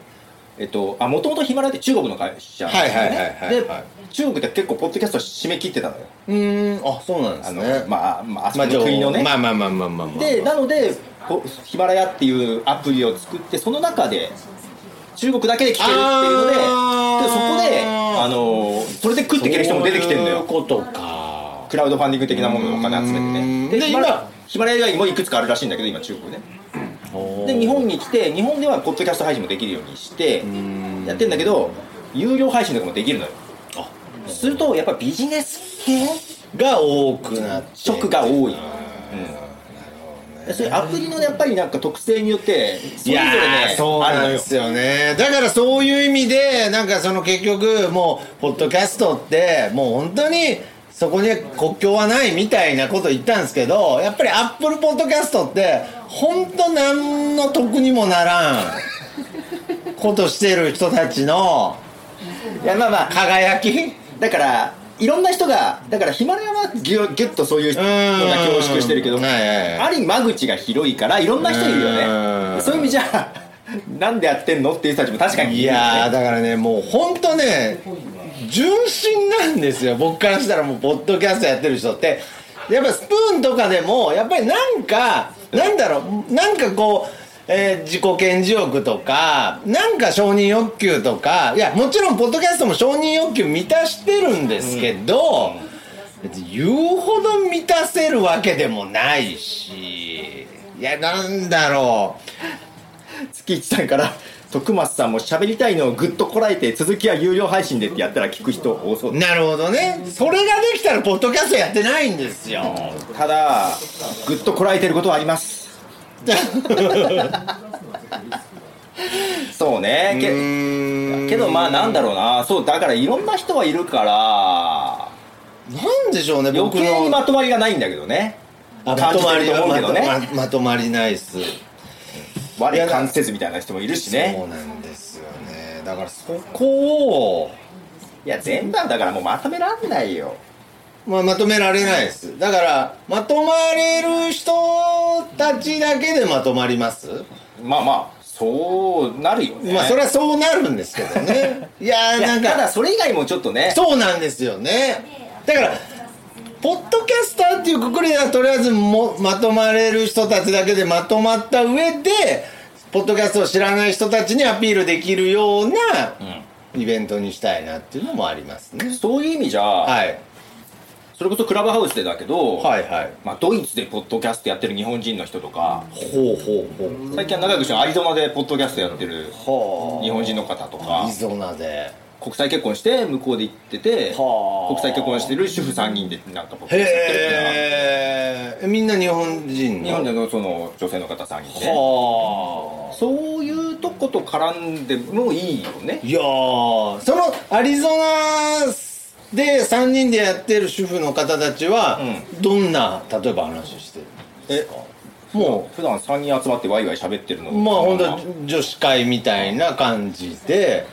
Speaker 2: えっと、あもともとヒマラヤって中国の会社なんですよね
Speaker 1: はいはいはいはい
Speaker 2: で
Speaker 1: はい
Speaker 2: 中国って結構ポッドキャスト締め切ってたのよ
Speaker 1: うーんあそうなんで
Speaker 2: あ
Speaker 1: す
Speaker 2: の、
Speaker 1: ね
Speaker 2: まあ、まあ、あそこの国のね、
Speaker 1: まあまあまあまあまあまあ
Speaker 2: でなのでこヒマラヤっていうアプリを作ってその中で中国だけで聞けるっていうのでで
Speaker 1: あー
Speaker 2: そこであのそれで食っていける人も出てきてるの
Speaker 1: そういう
Speaker 2: よ
Speaker 1: ことか
Speaker 2: クラウドファンディング的なもののお金集めて
Speaker 1: う
Speaker 2: ね
Speaker 1: ん
Speaker 2: で
Speaker 1: で
Speaker 2: ヒマラ
Speaker 1: 今
Speaker 2: ヒマラヤ以外にもいくつかあるらしいんだけど今中国ねで日本に来て日本ではポッドキャスト配信もできるようにしてやってんだけど有料配信とかもできるのよするとやっぱビジネス系
Speaker 1: が多くなって
Speaker 2: 職が多い、うん、そういうアプリのやっぱりなんか特性によってそ
Speaker 1: い
Speaker 2: れぞれ
Speaker 1: や
Speaker 2: ね
Speaker 1: ーそうなんですよねだからそういう意味でなんかその結局もうポッドキャストってもう本当にそこに国境はないみたいなこと言ったんですけどやっぱりアップルポッドキャストって本当何の得にもな らんことしてる人たちの
Speaker 2: あるのよいやまあまあ
Speaker 1: 輝き
Speaker 2: だからいろんな人がだからヒマラヤはギュギュッとそういう人が凝縮してるけど、
Speaker 1: うんはいはいはい
Speaker 2: ある意味間口が広いからいろんな人いるよ
Speaker 1: う
Speaker 2: ね
Speaker 1: ん
Speaker 2: そういう意味じゃあなんでやってんのっていう人たちも確かに
Speaker 1: い
Speaker 2: るよね
Speaker 1: やーだからねもうほんとね純真なんですよ僕からしたらもうポッドキャストやってる人ってやっぱスプーンとかでもやっぱりなんかなんだろうなんかこうえー自己顕示欲とかなんか承認欲求とかいやもちろんポッドキャストも承認欲求満たしてるんですけど、別に言うほど満たせるわけでもないしいやなんだろう
Speaker 2: 月一さんから徳松さんも喋りたいのをぐっとこらえて続きは有料配信でってやったら聞く人多そう
Speaker 1: なるほどねそれができたらポッドキャストやってないんですよ
Speaker 2: ただぐっとこらえてることはありますそうね
Speaker 1: う
Speaker 2: け
Speaker 1: ーん
Speaker 2: けどまあなんだろうなそうだからいろんな人はいるから
Speaker 1: なんでしょうね
Speaker 2: 余
Speaker 1: 僕
Speaker 2: 計に
Speaker 1: の
Speaker 2: まとまりがないんだけどね
Speaker 1: あ
Speaker 2: 感じてると思うけどね
Speaker 1: まとまりままとまりないっす
Speaker 2: 我関せずみたいな人もいるしね
Speaker 1: そうなんですよねだからそこを
Speaker 2: いや全部はだからもうまとめらんないよ
Speaker 1: まあ、まとめられないですだからまとまれる人たちだけでまとまります、
Speaker 2: まあまあそうなるよね
Speaker 1: まあそれ
Speaker 2: は
Speaker 1: はそうなるんですけど ねいやーなん
Speaker 2: ただ
Speaker 1: か
Speaker 2: それ以外もちょっとね
Speaker 1: そうなんですよねだからポッドキャスターっていうくくりではとりあえずもまとまれる人たちだけでまとまった上でポッドキャストを知らない人たちにアピールできるようなイベントにしたいなっていうのもありますね、
Speaker 2: そういう意味じゃ、
Speaker 1: はい
Speaker 2: それこそクラブハウスでだけど、
Speaker 1: はいはい
Speaker 2: まあ、ドイツでポッドキャストやってる日本人の人とか、
Speaker 1: ほうほうほう
Speaker 2: 最近は仲良くしてるアリゾナでポッドキャストやってる
Speaker 1: は
Speaker 2: 日本人の方とか
Speaker 1: リゾナで
Speaker 2: 国際結婚して向こうで行ってて
Speaker 1: はあ
Speaker 2: 国際結婚してる主婦3人でなんかポッドキャストやってるみたいな
Speaker 1: へえみんな日本人の
Speaker 2: 日本でのその女性の方3人で
Speaker 1: は
Speaker 2: そういうとこと絡んでもいいよね
Speaker 1: あいやーそのアリゾナで3人でやってる主婦の方たちは、どんな例えば話してるんですかも
Speaker 2: 普段3人集まってワイワイ喋ってるの
Speaker 1: うまあ本
Speaker 2: ま
Speaker 1: 当女子会みたいな感じで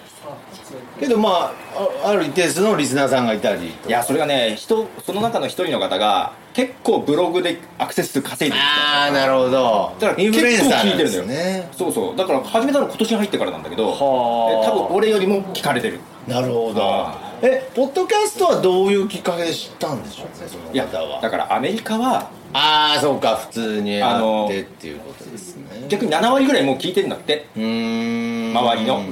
Speaker 1: けどまああある一定数のリスナーさんがいたり
Speaker 2: いやそれがね人その中の一人の方が結構ブログでアクセス数稼いでる
Speaker 1: ああなるほど
Speaker 2: だから
Speaker 1: インフルエンサーなんで
Speaker 2: 結構
Speaker 1: す
Speaker 2: 聞いてるの
Speaker 1: ね
Speaker 2: そうそうだから始めたの今年に入ってからなんだけどえ
Speaker 1: はあ
Speaker 2: 多分俺よりも聞かれてる
Speaker 1: なるほど
Speaker 2: は
Speaker 1: えポッドキャストはどういうきっかけで知ったんでしょうねその
Speaker 2: いや
Speaker 1: 方
Speaker 2: だ
Speaker 1: は
Speaker 2: からアメリカは
Speaker 1: ああそうか普通に
Speaker 2: あ
Speaker 1: や
Speaker 2: の
Speaker 1: ってっていうことですね
Speaker 2: 逆に7割ぐらいもう聞いてんだって
Speaker 1: うーん
Speaker 2: 周りの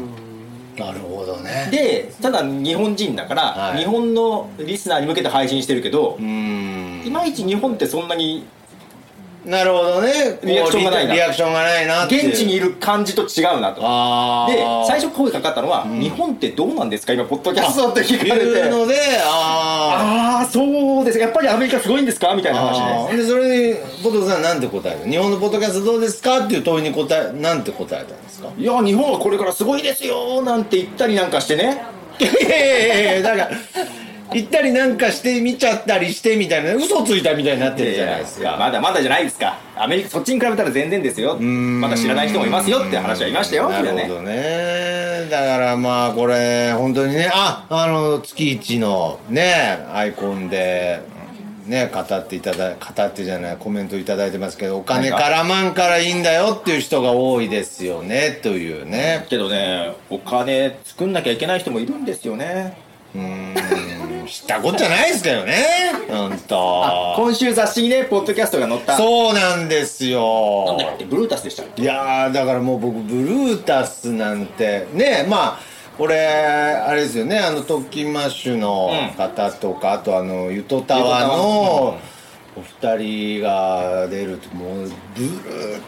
Speaker 1: なるほどね
Speaker 2: でただ日本人だから、
Speaker 1: はい
Speaker 2: 日本のリスナーに向けて配信してるけど
Speaker 1: うー、ん
Speaker 2: いまいち日本ってそんなに
Speaker 1: なるほどね
Speaker 2: リアクションがないな
Speaker 1: リアクションがないなっていう
Speaker 2: 現地にいる感じと違うなと
Speaker 1: ああ
Speaker 2: で最初声かかったのは、日本ってどうなんですか今ポッドキャストって聞かれ
Speaker 1: いう
Speaker 2: て
Speaker 1: のであ
Speaker 2: ああそうですやっぱりアメリカすごいんですかみたい
Speaker 1: ー
Speaker 2: な
Speaker 1: あー
Speaker 2: 話で
Speaker 1: でそれにポトフさんなんて答える日本のポッドキャストどうですかっていう問いに答えなんて答えたんですか
Speaker 2: いや日本はこれからすごいですよなんて言ったりなんかしてね
Speaker 1: いやいやいやいやだ から行ったりなんかして見ちゃったりしてみたいな嘘ついたみたいになってるじゃないです
Speaker 2: いや
Speaker 1: か
Speaker 2: まだまだじゃないですかアメリカそっちに比べたら全然ですよまだ知らない人もいますよって話はいましたよみ
Speaker 1: な
Speaker 2: たいな
Speaker 1: るほ
Speaker 2: ね
Speaker 1: どねだからまあこれ本当にねああの月一のねアイコンでね語っていただ語ってじゃないコメントいただいてますけどお金からまんからいいんだよっていう人が多いですよねというね
Speaker 2: けどねお金作んなきゃいけない人もいるんですよね
Speaker 1: うん知ったことじゃないですけどね本当
Speaker 2: 今週雑誌にねポッドキャストが載った
Speaker 1: そうなんですよ
Speaker 2: なんだっけブルータスでした
Speaker 1: いやーだからもう僕ブルータスなんてねまあ俺あれですよねあのトッキンマッシュの方とか、あとあのゆとたわのお二人が出るともうブルー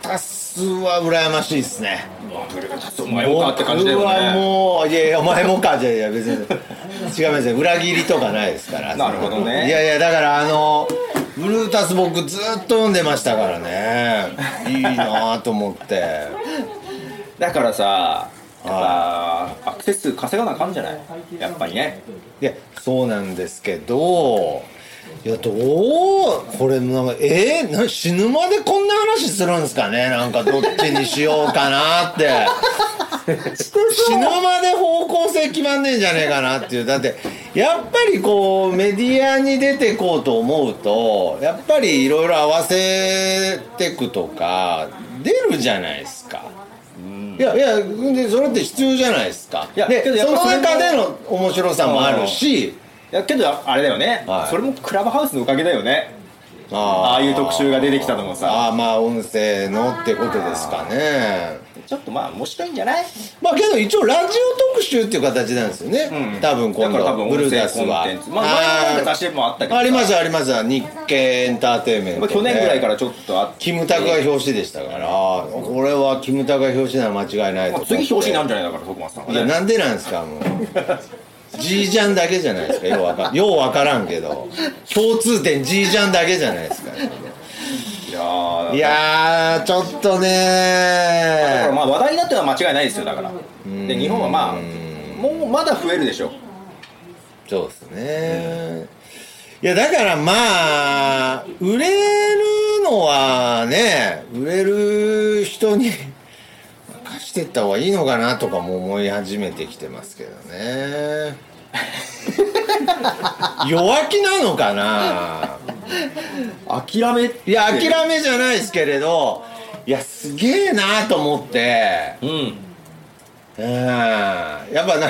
Speaker 1: タスは羨ましいですね
Speaker 2: ブルータスお前よかって感じだよ
Speaker 1: 僕は
Speaker 2: ね
Speaker 1: もういやいやお前もかじゃいや別に違いますよ裏切りとかないですから
Speaker 2: なるほどね
Speaker 1: いやいやだからあのブルータス僕ずっと読んでましたからねいいなぁと思って
Speaker 2: だからさやっぱアクセス数稼がなあかんじゃないやっぱりね
Speaker 1: いやそうなんですけどいやどうこれなんかえー、な死ぬまでこんな話するんですかねなんかどっちにしようかなって死ぬまで方向性決まんねえんじゃねえかなっていうだってやっぱりこうメディアに出てこうと思うとやっぱりいろいろ合わせてくとか出るじゃないですか。いやいやでそれって必要じゃないですか
Speaker 2: いや
Speaker 1: で
Speaker 2: けどやっ
Speaker 1: そ
Speaker 2: ぱ
Speaker 1: の
Speaker 2: それも
Speaker 1: 中での面白さもあるし
Speaker 2: いやけどあれだよね、
Speaker 1: はい
Speaker 2: それもクラブハウスのおかげだよね
Speaker 1: あ
Speaker 2: ああいう
Speaker 1: と
Speaker 2: 特集が出てきたのもさ
Speaker 1: ああまあ音声のってことですかね
Speaker 2: ちょっとまあ面白いんじゃない
Speaker 1: まあけど一応ラジオ特集っていう形なんですよね、
Speaker 2: うん
Speaker 1: 多分今
Speaker 2: だから多
Speaker 1: 度
Speaker 2: 分
Speaker 1: ブルーダ
Speaker 2: 音
Speaker 1: ス
Speaker 2: 声コ
Speaker 1: は
Speaker 2: ンテンツまあ前の雑誌もあったけどさ
Speaker 1: ありますあります日経エンターテインメント、
Speaker 2: まあ去年ぐらいからちょっとあって
Speaker 1: キムタクが表紙でしたからこれはキムタクが表紙なら間違いないと
Speaker 2: まあ
Speaker 1: 思って
Speaker 2: 次表紙になるんじゃないだから徳松さんはい
Speaker 1: や
Speaker 2: ね
Speaker 1: なんでなんですかもう G ジャンだけじゃないですかようわかようわからんけど共通点 G ジャンだけじゃないですか
Speaker 2: いやー
Speaker 1: いやーちょっと
Speaker 2: だから
Speaker 1: ね
Speaker 2: まあ話題になってのは間違いないですよだからで日本はまあもうまだ増えるでしょ
Speaker 1: そうですね、いやだからまあ売れるのはね売れる人に 任してった方がいいのかなとかも思い始めてきてますけどね弱気なのかな
Speaker 2: 諦め
Speaker 1: いや諦めじゃないですけれどいやすげえなと思って
Speaker 2: うん
Speaker 1: うんやっぱな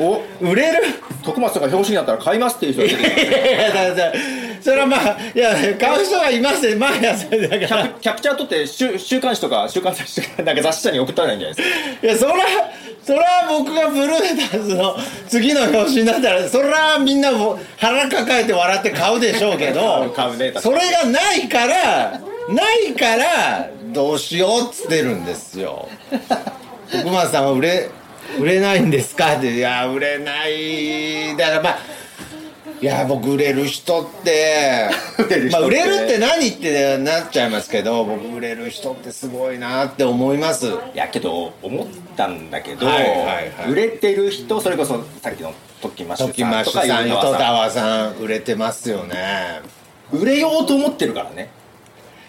Speaker 2: お
Speaker 1: 売れる
Speaker 2: 徳松さんが表紙になったら買いますっていう人が出てき
Speaker 1: いやだだそれはまあいや買う人はいますね毎朝だか
Speaker 2: た
Speaker 1: ら
Speaker 2: キャキャプチャー撮って週週刊誌とか週刊誌とかなんか雑誌社に送ったらいいんじゃないです
Speaker 1: い
Speaker 2: か
Speaker 1: やそらそら僕がブルーレターズの次の表紙になったらそらみんなも腹抱えて笑って買うでしょうけ ど
Speaker 2: 買うね確かに
Speaker 1: それがないからないからどうしようっつってるんですよ徳松さんは売れ売れないんですかっていや売れないだからまあいや僕売れる人って
Speaker 2: 売れる人って
Speaker 1: まあ、売れるって何ってなっちゃいますけど僕売れる人ってすごいなって思います
Speaker 2: いやけど思ったんだけど、
Speaker 1: はいはいはい
Speaker 2: 売れてる人それこそさっきのトキマシ
Speaker 1: ト
Speaker 2: ュ
Speaker 1: キマ
Speaker 2: さん
Speaker 1: シ
Speaker 2: とか
Speaker 1: さん、
Speaker 2: いう
Speaker 1: 糸
Speaker 2: のはさ
Speaker 1: 川さん、売れてますよね。
Speaker 2: 売れようと思ってるからね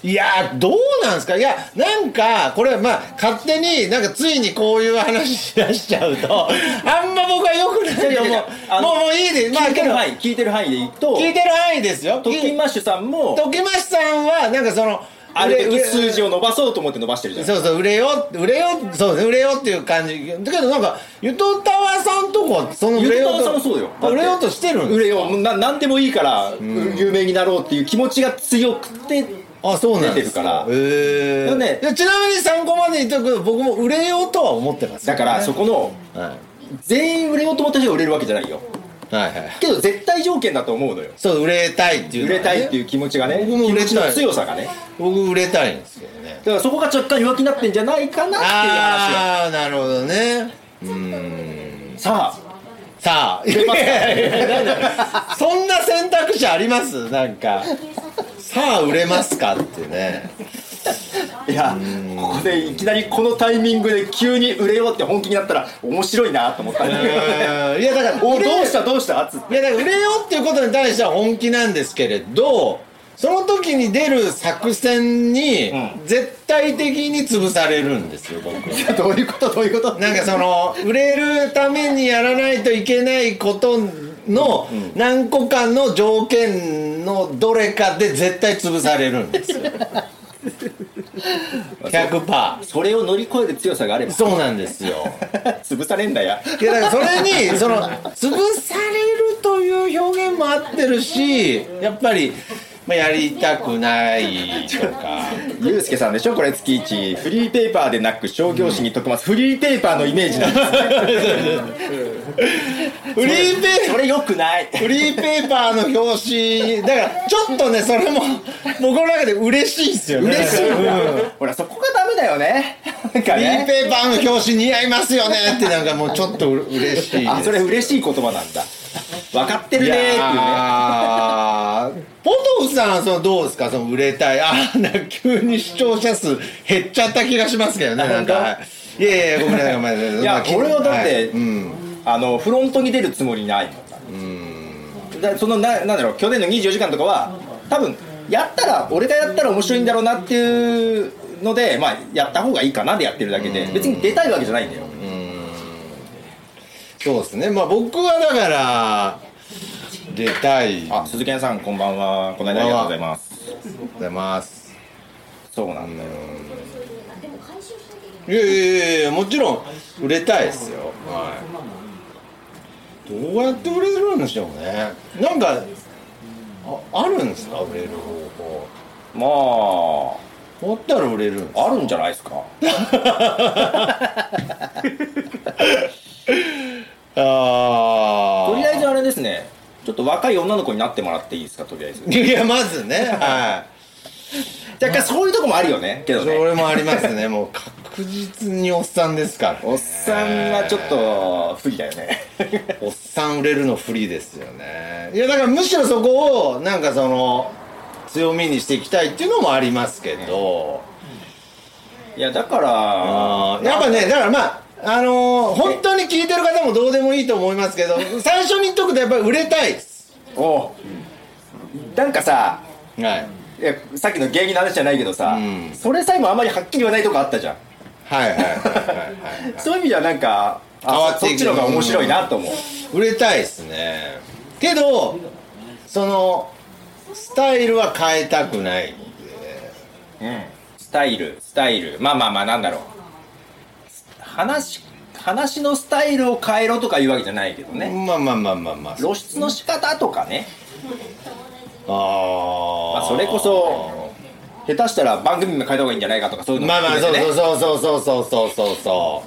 Speaker 1: いやー、どうなんですかいや、なんか、これ、まあ、勝手に、なんか、ついにこういう話し出しちゃう と、あんま僕は良くないと思
Speaker 2: いやいやいやあ
Speaker 1: う。
Speaker 2: の
Speaker 1: もう、もういいです。まあ、
Speaker 2: 聞いて
Speaker 1: け
Speaker 2: る
Speaker 1: ど、
Speaker 2: 範囲聞いてる範囲で言うと
Speaker 1: 聞いてる範囲ですよ。
Speaker 2: トキマシュさんも
Speaker 1: トキマシさんは、なんかその、
Speaker 2: あ
Speaker 1: 売れ
Speaker 2: る
Speaker 1: 売
Speaker 2: べき
Speaker 1: れ
Speaker 2: 数字を伸ばそうと思って伸ばしてるじゃん
Speaker 1: そうそう、売れよ、売れよ、そうですね、売れよっていう感じ。だけど、なんか、ゆとたわさんとこは、その売れよう
Speaker 2: ゆとたわ
Speaker 1: と、
Speaker 2: さんもそうよだって
Speaker 1: 売れようとしてるんですか
Speaker 2: 売れようもうな何でもいいから、有名になろうっていう気持ちが強くて
Speaker 1: あそうなんです
Speaker 2: 出てるから
Speaker 1: へえ
Speaker 2: でね
Speaker 1: ちなみに参考までに言っとくと僕も売れようとは思ってます
Speaker 2: だからそ
Speaker 1: そ
Speaker 2: この
Speaker 1: は
Speaker 2: 全員売れようと思った人が売れるわけじゃないよ
Speaker 1: いはいはい
Speaker 2: けど絶対条件だと思うのよ
Speaker 1: そう売れたいっていう
Speaker 2: 売
Speaker 1: のは
Speaker 2: れ
Speaker 1: ね
Speaker 2: たいっていう気持ちがね
Speaker 1: 僕も売れたい
Speaker 2: 気持ちの強さがね
Speaker 1: 僕売れたいんですけどね
Speaker 2: だからそこが若干弱気になってんじゃないかなっていう話よ
Speaker 1: ああなるほどねうーん
Speaker 2: さあ
Speaker 1: さあ
Speaker 2: れますか
Speaker 1: いやいやいやなんだ そんな選択肢ありますなんかさあ売れますかってね
Speaker 2: いやここでいきなりこのタイミングで急に売れようって本気になったら面白いなと思ったん
Speaker 1: う
Speaker 2: だけどね
Speaker 1: ーんいやだから
Speaker 2: お
Speaker 1: 売れ
Speaker 2: どうしたどうしたっつって
Speaker 1: いやだから売れようっていうことに対しては本気なんですけれどその時に出る作戦に
Speaker 2: う
Speaker 1: 絶対的に潰されるんですよ僕
Speaker 2: いやどういうことどういうこと
Speaker 1: なんかその売れるためにやらないといけないことの何個かの条件のどれかで絶対潰されるん ですよ100%
Speaker 2: それを乗り越える強さがあれば
Speaker 1: そうなんですよ
Speaker 2: 潰されんだよ
Speaker 1: いやだからそれにその潰されるという表現も合ってるしやっぱり、まあ、やりたくないと か
Speaker 2: ゆうすけさんでしょこれ月一フリーペーパーでなく商業誌に特ますフリーペーパーのイメージなんです
Speaker 1: フリーペー
Speaker 2: それよくない
Speaker 1: フリーペーパーの表紙だからちょっとねそ れも僕の中で嬉しいんですよね
Speaker 2: 嬉しい
Speaker 1: うんん
Speaker 2: だ、ほらそこがダメだよねなんか
Speaker 1: フリー
Speaker 2: ね
Speaker 1: ペーパーの表紙似合いますよねってなんかもうちょっと嬉しい
Speaker 2: あそれ嬉しい言葉なんだ分かってるねーっていうね
Speaker 1: あポトフさんはそのどうですかその売れたいあーなんか急に視聴者数減っちゃった気がしますけどねなんか
Speaker 2: 本
Speaker 1: はいいやいやごめんなさいごめんなさい
Speaker 2: いや
Speaker 1: まあき
Speaker 2: 俺はだって
Speaker 1: いうん
Speaker 2: あのフロントに出るつもりないもんなだそのななんだろう去年の24時間とかは多分やったら俺がやったら面白いんだろうなっていうのでまあやった方がいいかなでやってるだけで別に出たいわけじゃないんだよ
Speaker 1: そうですねまあ僕はだから出たいありがと
Speaker 2: あ鈴木さんこんばんはこの間ありがとうございます
Speaker 1: うございます
Speaker 2: そうなんだよ
Speaker 1: いやいやいやいやもちろん売れたいですよはいどうやって売れるんでしょうねなんかああるんですか売れる方法
Speaker 2: ま
Speaker 1: 持ったら売れるんですか
Speaker 2: ああるんじゃないですか
Speaker 1: あー
Speaker 2: とりあえずあれですねちょっと若い女の子になってもらっていいですかとりあえず
Speaker 1: いやまずねは
Speaker 2: 若干そういうとこもあるよねけ
Speaker 1: い
Speaker 2: ど
Speaker 1: そ
Speaker 2: ね
Speaker 1: れもありますねもう確実におっさんですから、ね、
Speaker 2: おっさんはちょっと不利だよね
Speaker 1: おっさん売れるの不利ですよねいやだからむしろそこをなんかその強みにしていきたいっていうのもありますけど、
Speaker 2: いやだから
Speaker 1: あーやっぱねだからまああのー本当に聞いてる方もどうでもいいと思いますけ ど最初に言っとくとやっぱり売れたいです
Speaker 2: おなんかさ
Speaker 1: はい
Speaker 2: いやさっきの芸人の話じゃないけどさ、
Speaker 1: うん
Speaker 2: それさえもあまりはっきり言わないとこあったじゃん
Speaker 1: はいはいはいはいはい
Speaker 2: そういう意味ではなんか
Speaker 1: 変わ
Speaker 2: あ
Speaker 1: って
Speaker 2: そ
Speaker 1: い
Speaker 2: っ
Speaker 1: く
Speaker 2: ちの方が面白いなと思う
Speaker 1: 売れたいですねけどそのスタイルは変えたくないんで
Speaker 2: うん、スタイルスタイルまあまあまあなんだろう話話のスタイルを変えろとかいうわけじゃないけどね
Speaker 1: まあまあまあまあまあ
Speaker 2: 露出の仕方とかね、
Speaker 1: あ
Speaker 2: まあ、それこそ下手したら番組名変えた方がいいんじゃないかとかそういうのも
Speaker 1: まあまあ
Speaker 2: 含
Speaker 1: そう
Speaker 2: めてね
Speaker 1: そうそうそうそうそうそうそ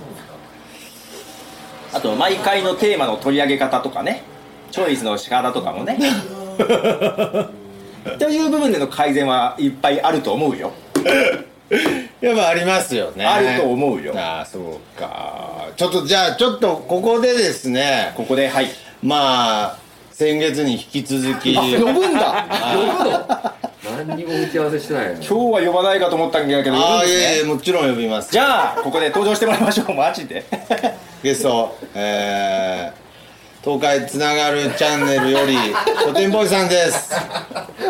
Speaker 2: あと毎回のテーマの取り上げ方とかねチョイスの仕方とか もねという部分での改善はいっぱいあると思うよ
Speaker 1: うやっぱありますよね
Speaker 2: あると思うよ
Speaker 1: ああそうかちょっとじゃあちょっとここでですね
Speaker 2: ここではい
Speaker 1: まあ先月に引き続き
Speaker 2: あ呼ぶんだ
Speaker 3: 何にも打ち合わせしてないの
Speaker 2: 今日は呼ばないかと思ったんだけど
Speaker 1: あ
Speaker 2: 呼ぶん
Speaker 1: あい
Speaker 2: ですね
Speaker 1: えいえもちろん呼びます
Speaker 2: じゃあここで登場してもらいましょうマジで
Speaker 1: ゲストえー、東海つながるチャンネルよ り書店ボーイさんです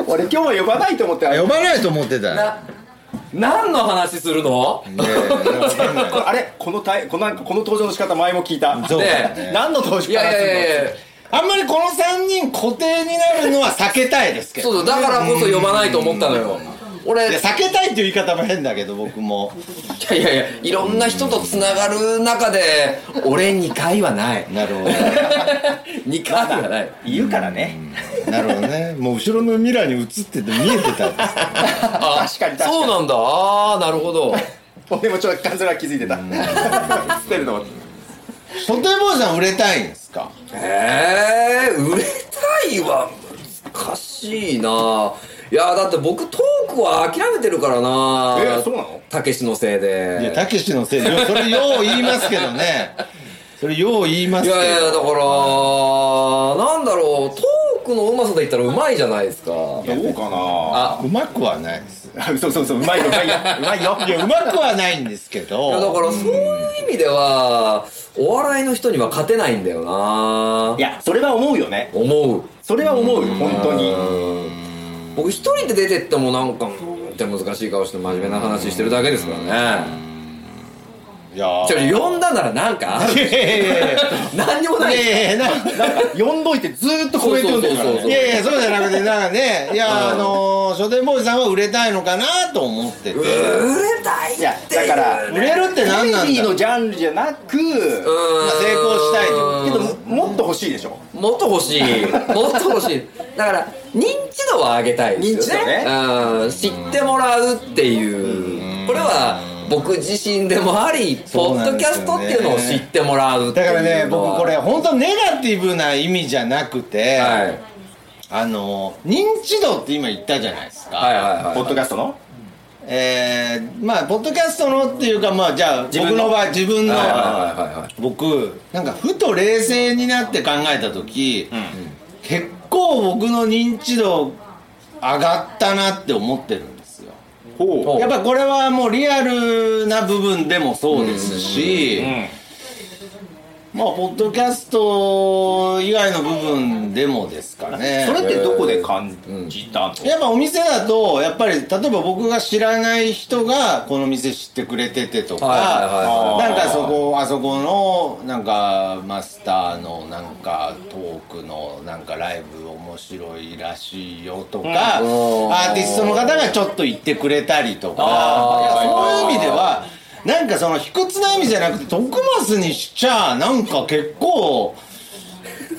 Speaker 2: 俺今日は呼ばないと思って
Speaker 1: 呼ばないと思ってたよ
Speaker 3: 何の話するの
Speaker 1: ねえ
Speaker 2: あれこのたいこのなんかこの登場の仕方前も聞いた
Speaker 1: そうだ
Speaker 3: ね
Speaker 1: ね
Speaker 2: 何の登場
Speaker 3: いやいやいやいや
Speaker 1: あんまりこの3人固定になるのは避けたいですけ
Speaker 3: そ
Speaker 1: ど
Speaker 3: うそうだからこそ呼ばないと思ったのよ俺
Speaker 1: い
Speaker 3: い
Speaker 1: や
Speaker 3: や
Speaker 1: 避けたいっていう言い方も変だけど僕も
Speaker 3: いやいやいろんな人とつながる中で俺2回はない
Speaker 1: なるほどね
Speaker 3: 2回はない
Speaker 2: 言うからね
Speaker 1: なるほどねもう後ろのミラーに映ってて見えてたんです
Speaker 3: あ
Speaker 2: 確かに確かに
Speaker 3: そうなんだああなるほど
Speaker 2: 俺もちょっと感じは気づいて た捨てるの
Speaker 1: 書店ボーイさん売れたいんですか
Speaker 3: ええ売れたいは難しいないやだって僕トークは諦めてるからな
Speaker 2: えそうなの
Speaker 3: たけしのせいで
Speaker 1: いやたけしのせいでそれよう言いますけどねそれよう言います
Speaker 3: い
Speaker 1: けど
Speaker 3: やいやだからなんだろうトークのうまさで言ったらうまいじゃないですか
Speaker 2: どうかな
Speaker 3: あ
Speaker 1: うまくはないです
Speaker 2: あ そうそうそううまいようまいようまいよ
Speaker 1: いやうまくはないんですけ
Speaker 3: いやだ
Speaker 1: ど
Speaker 3: からそういう意味ではお笑いの人には勝てないんだよない
Speaker 2: やそれは思うよね
Speaker 3: 思う
Speaker 2: それは思うよ本当に
Speaker 3: 僕一人で出てってもなんかうーんって難しい顔して真面目な話してるだけですからね
Speaker 1: いや
Speaker 3: ちょ呼んだならなんかある
Speaker 1: いやいやいや
Speaker 3: 何にもない
Speaker 1: いやいやなんか
Speaker 2: 呼んどいてずーっとコメント読んでるから
Speaker 3: そうそうそう
Speaker 1: い
Speaker 2: ね
Speaker 1: やいやそうじゃなくてなんかねいや
Speaker 3: う
Speaker 1: あ
Speaker 3: ん
Speaker 1: のー書店ボーイさんは売れたいのかなと思ってて
Speaker 3: 売れたいっ
Speaker 2: いや
Speaker 3: ていう
Speaker 2: だから
Speaker 1: 売れるって何なんだろう
Speaker 2: コメディのジャンルじゃなく
Speaker 3: うーん
Speaker 1: まあ成功したいってこ
Speaker 2: けどももっと欲しいでしょ
Speaker 3: もっと 欲しいもっと欲しいだから認知度は上げたいですよね
Speaker 2: 認知
Speaker 3: うん知ってもらうっていうこれは僕自身でもあり
Speaker 1: そ
Speaker 3: ポ
Speaker 1: う
Speaker 3: ッ
Speaker 1: なん
Speaker 3: ド
Speaker 1: で
Speaker 3: キャ
Speaker 1: すよね
Speaker 3: ストっていうのを知ってもらうって
Speaker 1: だか
Speaker 3: いう
Speaker 1: らね
Speaker 3: のは
Speaker 1: 僕これ本当ネガティブな意味じゃなくて、
Speaker 3: はい、
Speaker 1: あのー認知度って今言ったじゃないですか、
Speaker 3: はいはいはい
Speaker 2: ポッドキャストの
Speaker 1: えー、まあポッドキャストのっていうかまあじゃあ
Speaker 2: 自分の
Speaker 1: 僕の場合自分の、
Speaker 3: はいはいはいはい
Speaker 1: 僕なんかふと冷静になって考えた時、結構僕の認知度上がったなって思ってるんですよ
Speaker 2: ほ
Speaker 3: ほ
Speaker 1: やっぱこれはもうリアルな部分でもそうですし、
Speaker 2: ううん
Speaker 1: まあポッドキャスト以外の部分でもですかね
Speaker 2: それってどこで感じたの、
Speaker 1: やっぱお店だとやっぱり例えば僕が知らない人がこの店知ってくれててとか、
Speaker 3: はいはいはい
Speaker 2: はい
Speaker 1: なんかそこあそこのなんかマスターのなんかトークのなんかライブ面白いらしいよとか、
Speaker 3: うん
Speaker 1: アーティストの方がちょっと言ってくれたりとか
Speaker 3: あー
Speaker 1: いやそういう意味ではなんかその卑屈な意味じゃなくて徳増にしちゃなんか結構。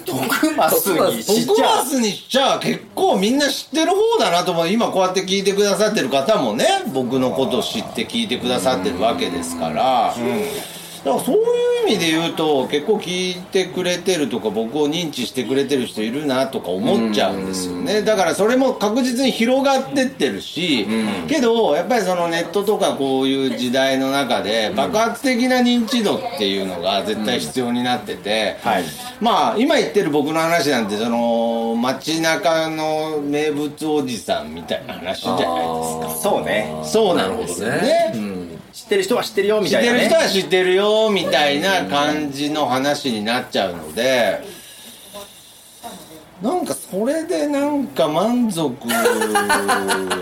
Speaker 2: 徳マスにし
Speaker 1: 徳
Speaker 2: ちゃう
Speaker 1: 松にしちゃ結構みんな知ってる方だなと思う今こうやって聞いてくださってる方もね僕のことを知って聞いてくださってるわけですから、だからそういう意味で言うと結構聞いてくれてるとか僕を認知してくれてる人いるなとか思っちゃうんですよね、だからそれも確実に広がってってるし、けどやっぱりそのネットとかこういう時代の中で爆発的な認知度っていうのが絶対必要になってて、
Speaker 2: はい
Speaker 1: まあ今言ってる僕の話なんてその街中の名物おじさんみたいな話じゃないですか
Speaker 2: そうね
Speaker 1: そうなんですよね
Speaker 3: うん
Speaker 2: 知ってる人は知ってるよみ
Speaker 1: 知
Speaker 2: た
Speaker 1: っ
Speaker 2: い
Speaker 1: て
Speaker 2: な
Speaker 1: る
Speaker 2: ね
Speaker 1: 人は知ってるよみたいな感じの話になっちゃうのでなんかそれでなんか満足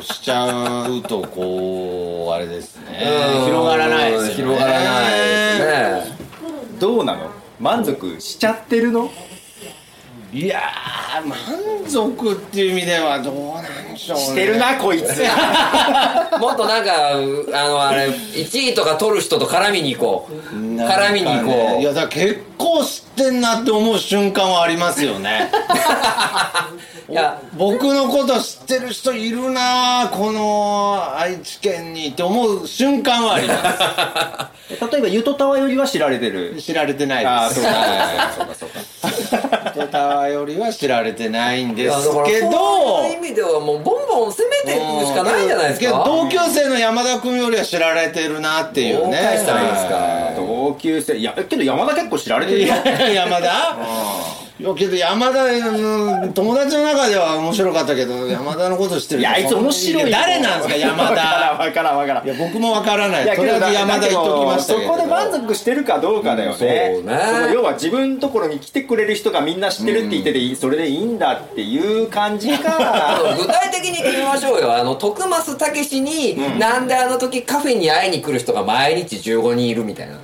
Speaker 1: しちゃうとこうあれですね広がらないですよね
Speaker 3: 広がらないですね
Speaker 2: どうなの満足しちゃってるの
Speaker 1: いやー満足っていう意味ではどうなんでしょうね
Speaker 2: してるなこいつ
Speaker 3: もっとなんかうあのあれ1位とか取る人と絡みに行こう
Speaker 1: なんかね
Speaker 3: 絡みに行こう
Speaker 1: いやだから結構知ってんなって思う瞬間はありますよ ね
Speaker 3: いや
Speaker 1: 僕のこと知ってる人いるなーこの愛知県にって思う瞬間はあり ま
Speaker 2: 例えばゆとたわよりは知られてる
Speaker 1: す知られてない
Speaker 2: ああ
Speaker 1: で
Speaker 2: そう
Speaker 1: す
Speaker 2: かそうかそうか
Speaker 1: トタワよりは知られてないん
Speaker 3: い
Speaker 1: で
Speaker 3: やだ
Speaker 1: す
Speaker 3: から
Speaker 1: け
Speaker 3: そういう
Speaker 1: ど
Speaker 3: 意味ではもうボンボン攻めていくしかないじゃないです
Speaker 1: けど
Speaker 3: か
Speaker 1: 同級生の山田君よりは知られてるなっていうね
Speaker 3: 大したらいいですか
Speaker 2: 同級生いやけど山田結構知られてる
Speaker 1: い
Speaker 2: よ
Speaker 1: や 山田いやけど山田うん友達の中では面白かったけど山田のこと知ってる
Speaker 2: いやあいつ面白いよ
Speaker 1: や誰なんですか山 田
Speaker 2: 分からん分からん
Speaker 1: いや
Speaker 2: 分からん
Speaker 1: 僕もわからない
Speaker 2: いや
Speaker 1: とりあえず山田言っときましたけど
Speaker 2: そこで満足してるかどうかだよね,、
Speaker 3: うんそうね
Speaker 2: の要は自分のところに来てくれる人がみんな知ってるって言ってて、それでいいんだっていう感じ
Speaker 3: あ
Speaker 2: か
Speaker 3: の具体的に決めましょうよあの徳増たけしに、なんであの時カフェに会いに来る人が毎日15人いるみたいな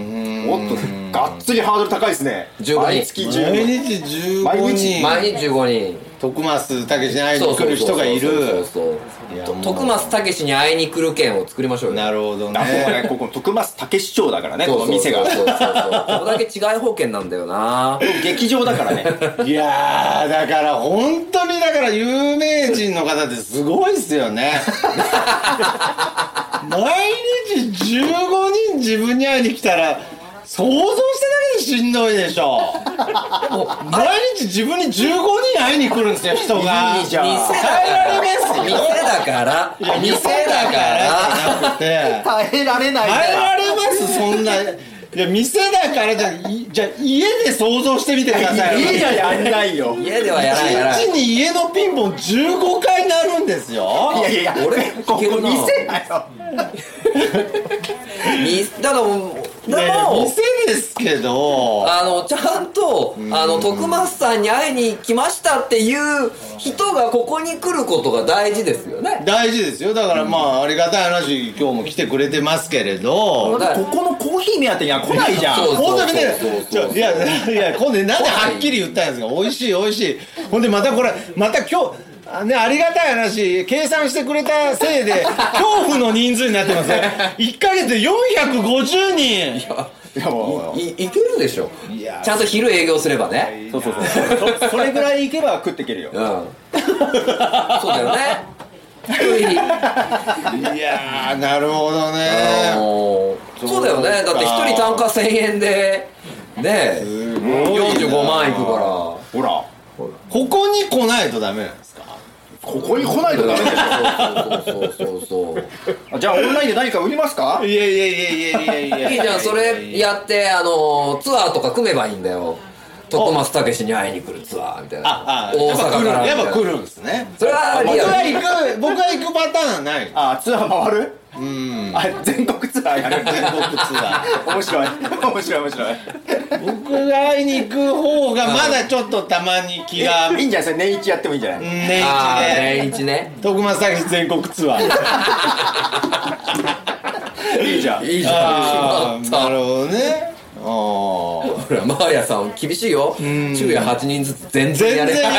Speaker 2: おっとがっつりハードル高いですね
Speaker 3: 15人
Speaker 2: 毎月
Speaker 1: 毎日15人
Speaker 2: 15毎日
Speaker 3: 毎日15人
Speaker 1: 徳増武に会いに来る人がいる
Speaker 3: そうそう
Speaker 1: いや
Speaker 3: そう
Speaker 1: も
Speaker 3: そう
Speaker 1: う
Speaker 3: 徳増たけしに会いに来る券を作りましょうよ
Speaker 1: なるほど
Speaker 2: あそうだ
Speaker 1: ね
Speaker 2: ねここ徳増武市長だからね
Speaker 3: そう
Speaker 2: この店が
Speaker 3: そうそうそうそうここだけ違い保険なんだよな
Speaker 2: 劇場だから ね
Speaker 1: いやーだから本当にだから有名人の方ってすごいっすよね 毎日15人自分に会いに来たら想像しただけでしんどいでしょ毎日自分に15人会いに来るんですよ人が
Speaker 2: いいじゃん
Speaker 1: 帰られます
Speaker 3: 店
Speaker 1: よ
Speaker 3: だから店だから
Speaker 1: らじゃなくて
Speaker 2: 耐えられない
Speaker 1: 帰られますそんないや店だからじゃいじゃあ家で想像してみてください
Speaker 2: いいじゃんやんないよい
Speaker 3: 家ではやらんやらん
Speaker 1: 一日に家のピンポン15回なるんですよ
Speaker 2: やいやいや
Speaker 3: 俺
Speaker 2: ここ
Speaker 3: いけるな
Speaker 2: 店だよ
Speaker 3: みだからもう
Speaker 1: いやい
Speaker 3: で
Speaker 1: や
Speaker 3: も
Speaker 1: 店ですけど
Speaker 3: あのちゃんとあの徳松さんに会いに来ましたっていう人がここに来ることが大事ですよね
Speaker 1: 大事ですよだからまあありがたい話今日も来てくれてますけれど
Speaker 3: だ
Speaker 2: ここのコーヒー目当てには来ないじゃん
Speaker 3: そう
Speaker 1: 本当にね
Speaker 3: そうそう
Speaker 1: ちょいやいや今度なんではっきり言ったんですか美味しい美味しいほんでまたこれまた今日あね、ありがたい話計算してくれたせいで恐怖の人数になってますね1ヶ月で450人
Speaker 2: いやもう
Speaker 3: いいけるでしょ
Speaker 1: いや
Speaker 3: ちゃんと昼営業すればね
Speaker 2: そうそうそうそそれぐらいいけば食っていけるよ
Speaker 3: うんそうだよね
Speaker 1: いやーなるほど
Speaker 3: あ
Speaker 1: ね
Speaker 3: のーそうだよねだって一人単価1000円でね
Speaker 1: すごいな
Speaker 3: 45万いくから
Speaker 2: ほら
Speaker 1: ここに来ないとダメなんですか
Speaker 2: ここに来ないとダメでし
Speaker 3: そうそうそうそう
Speaker 2: ょじゃあオンラインで何か売りますか
Speaker 1: いやいやいやいやいやいや
Speaker 3: いいじゃんそれやってあのツアーとか組めばいいんだよ徳松たけしに会いに来るツアーみたい
Speaker 1: あ
Speaker 3: な
Speaker 1: あ
Speaker 3: 大
Speaker 1: やっぱ
Speaker 3: 阪
Speaker 1: 来る
Speaker 3: からみたい
Speaker 1: やっ
Speaker 3: な
Speaker 1: ぱ来るんですね
Speaker 3: それは
Speaker 1: 僕
Speaker 3: リ
Speaker 1: は
Speaker 3: アル
Speaker 1: 行く僕は行くパターンはない
Speaker 2: あツアー回る
Speaker 1: うん
Speaker 2: あ全国ツアーやる
Speaker 1: 全国ツア
Speaker 2: 面白い面白い面白い
Speaker 1: ー僕が会いに行く方がまだちょっとたまに気が
Speaker 2: いいんじゃないですか年一やってもいいんじゃない
Speaker 1: 年
Speaker 3: あ
Speaker 1: 一で
Speaker 3: ー年一ね
Speaker 1: 徳松さん全国ツアー
Speaker 2: いいじゃん
Speaker 3: いいじゃ
Speaker 1: あ
Speaker 3: ん
Speaker 1: ー
Speaker 3: 決ま
Speaker 1: な
Speaker 3: っ
Speaker 1: るほどねああ
Speaker 3: たほらマーヤさん厳しいよ昼夜8人ずつ全然や
Speaker 1: 全
Speaker 3: れ
Speaker 1: 然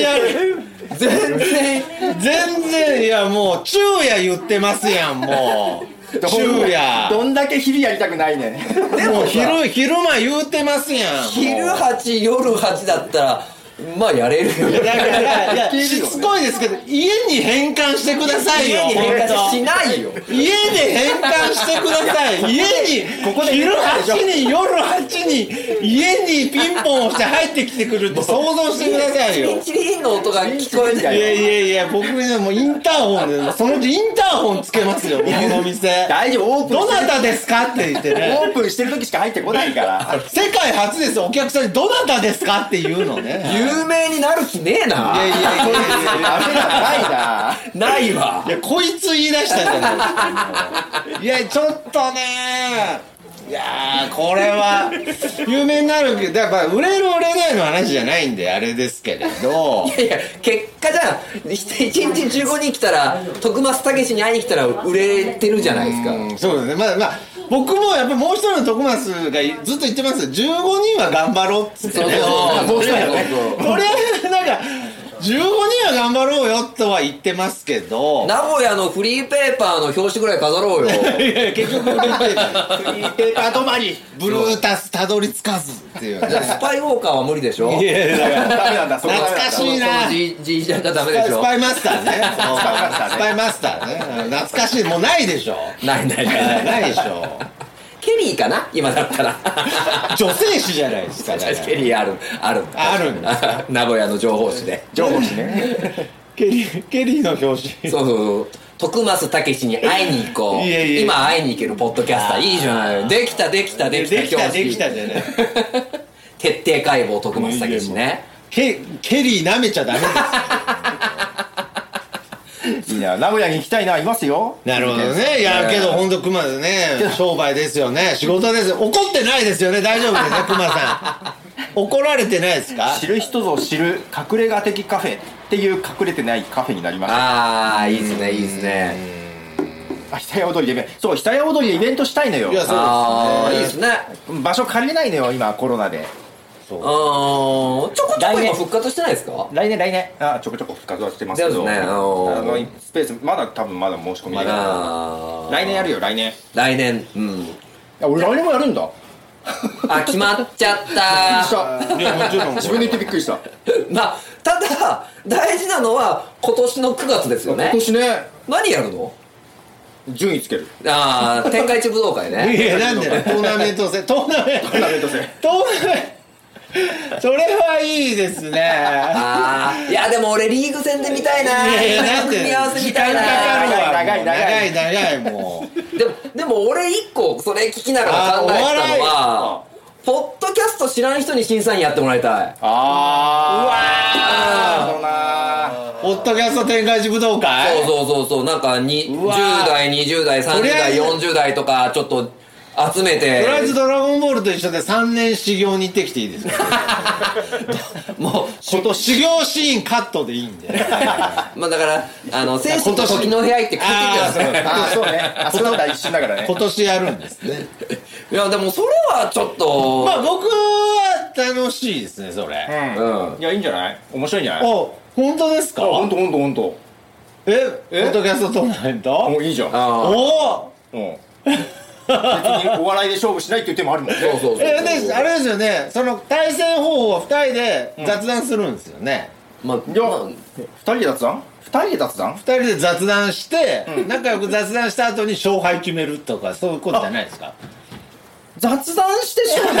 Speaker 1: やれるやん全然やれる
Speaker 3: 全然
Speaker 1: 全然いやもう昼夜言ってますやんも う
Speaker 2: どん
Speaker 1: 昼夜
Speaker 2: どんだけ昼やりたくないねん
Speaker 1: もう昼昼間言うてますやん
Speaker 3: 昼8夜8だったらまあやれるよ
Speaker 1: だからいや
Speaker 2: いけるよね
Speaker 1: しつこいですけど家に返還してくださいよ
Speaker 3: 家に変換し
Speaker 1: 本
Speaker 3: ないよ
Speaker 1: 当家で返還してください家にここで昼8人夜8人家にピンポン押して入ってきてくるって想像してくださいよ
Speaker 3: チリンチリンの音が聞こえて
Speaker 1: いやいやいや僕ねもうインターホンでそのうちインターホンつけますよ僕の店
Speaker 2: 大丈夫オープン
Speaker 1: ど
Speaker 2: して
Speaker 1: な
Speaker 2: る
Speaker 1: たですかって言ってね
Speaker 2: オープンしてる時しか入ってこない から
Speaker 1: 世界初ですよお客さんにどなたですかって言うのね
Speaker 3: 有名になる気ねえない
Speaker 1: やいやいやいやいや
Speaker 2: ダメだないな
Speaker 3: ないわ
Speaker 1: いやこいつ言い出したじゃないいやちょっとねいやーこれは有名になるけどやっぱ売れる売れないの話じゃないんであれですけれど
Speaker 3: いや結果じゃん一日15人来たら徳増たけしに会いに来たら売れてるじゃないですか
Speaker 1: うんそうですねまあまあ僕もやっぱもう一人の徳松がいずっと言ってます15人は頑張ろうっつって
Speaker 3: そう
Speaker 1: ね
Speaker 3: そうそう
Speaker 1: もう一人はね
Speaker 3: そう
Speaker 1: とりあえずなんか15人は頑張ろうよとは言ってますけど
Speaker 3: 名古屋のフリーペーパーの表紙ぐらい 飾ろうよ
Speaker 1: いやいや結局フリーペーパー止まりブルータスたどり着かずっていうね
Speaker 3: じゃあスパイウォーカーは無理でしょ
Speaker 1: いやいやだから
Speaker 2: ダメなんだそこダメなん
Speaker 1: 懐
Speaker 2: だ
Speaker 1: かしいな
Speaker 3: そのじじいちゃんがダメでし
Speaker 1: ス
Speaker 3: ょ
Speaker 1: パイマスターね
Speaker 2: ーね
Speaker 1: スパイマスターね懐かしいもうないでしょ
Speaker 3: ないないない
Speaker 1: ない
Speaker 3: ない
Speaker 1: でしょ
Speaker 3: ケリーかな今 だったら
Speaker 1: 女性誌じゃないです かだから
Speaker 3: ケリーあるある
Speaker 1: あるんです
Speaker 3: だ 名古屋の情報誌で
Speaker 2: 情報誌ね
Speaker 1: ケリーケリーの表紙
Speaker 3: そうそうそう徳増たけしに会いに行こう
Speaker 1: いやいや
Speaker 3: 今会いに行けるポッドキャスターいいじゃないできたできたできた
Speaker 1: できた
Speaker 3: 標
Speaker 1: で
Speaker 3: 識
Speaker 1: きたじゃない
Speaker 3: 徹底解剖徳増たけしね
Speaker 1: ケケリー舐めちゃダメです
Speaker 2: いいな名古屋に行きたいないますよ
Speaker 1: なるほどねいやけど本当熊でね商売ですよね仕事ですよ怒ってないですよね大丈夫ですね熊さん怒られてないですか
Speaker 2: 知る人ぞ知る隠れ家的カフェっていう隠れてないカフェになりました
Speaker 3: ああいいですねいいですね
Speaker 2: あ久屋踊りでイベントそう久屋踊りでイベントしたいのよ
Speaker 1: いやそう
Speaker 3: ああいいですね
Speaker 2: 場所借りれないのよ今コロナで
Speaker 3: うんちょこちょこ今復活してないですか
Speaker 2: 来年来年あちょこちょこ復活はしてますけ
Speaker 3: そ
Speaker 2: ど
Speaker 3: うですねあ
Speaker 2: あ
Speaker 3: のー
Speaker 2: のスペースまだ多分まだ申し込みできな
Speaker 3: あ
Speaker 2: い
Speaker 3: ー
Speaker 2: 来年やるよ来年
Speaker 3: 来年うん
Speaker 2: あ俺来年もやるんだ
Speaker 3: あ決まっちゃった
Speaker 1: いやもちろん
Speaker 2: 自分で言ってびっくりした
Speaker 3: まあただ大事なのは今年の9月ですよ
Speaker 2: 今
Speaker 3: ね
Speaker 2: 年ね
Speaker 3: 何やるの
Speaker 2: 順位つける
Speaker 3: ああ天下一武道会 ね
Speaker 1: いやなんでだトーナメント戦トーナメント
Speaker 2: トーナメント戦
Speaker 1: トーナメントそれはいいですね
Speaker 3: ああいやでも俺リーグ戦で見たい ない
Speaker 1: やいやなんで
Speaker 3: 組み合わせ見たい
Speaker 1: 時間かかる
Speaker 3: な
Speaker 1: わ
Speaker 2: 長い長い
Speaker 1: 長い長いもう
Speaker 3: でもでも俺一個それ聞きながら考えてた
Speaker 2: あ
Speaker 3: のはポッドキャスト知らん人に審査員やってもらいたい
Speaker 2: あうわ
Speaker 1: ポッドキャスト展開一武道会
Speaker 3: そうそうそうそうなんかに
Speaker 1: うわー
Speaker 3: 10代20代
Speaker 1: と
Speaker 3: 30
Speaker 1: りあえ
Speaker 3: 代
Speaker 1: ず
Speaker 3: 40代とかちょっと集めて
Speaker 1: とりあえずドラゴンボールと一緒で3年修行に行ってきていいですか
Speaker 3: も
Speaker 1: 今年修行シーンカットでいいん で
Speaker 3: うまあだからあの精神と時の部屋行って帰って
Speaker 1: あー
Speaker 3: きてください
Speaker 2: あそうねあそれは一瞬だからね
Speaker 1: 今年やるんですね
Speaker 3: いやでもそれはちょっと、
Speaker 1: まあ僕は楽しいですねそれ、
Speaker 3: うん
Speaker 2: いやいいんじゃない面白いんじゃない
Speaker 1: お本当ですか
Speaker 2: 本当本当本当
Speaker 1: え
Speaker 2: え
Speaker 1: ポッドキャストトーナメン
Speaker 2: も
Speaker 1: ト
Speaker 2: ういいじゃん
Speaker 3: あー
Speaker 1: お
Speaker 2: うん別にお笑いで勝負しないっていう手もあるもんね
Speaker 3: そうそうそうそう
Speaker 1: えであれですよねその対戦方法を2人で雑談するんですよね、
Speaker 3: まあ、
Speaker 2: いや
Speaker 3: まあ
Speaker 2: 二人で雑談二人で雑談
Speaker 1: 二2人で雑談して、仲良く雑談した後に勝敗決めるとかそういうことじゃないですか
Speaker 2: 雑談してしまう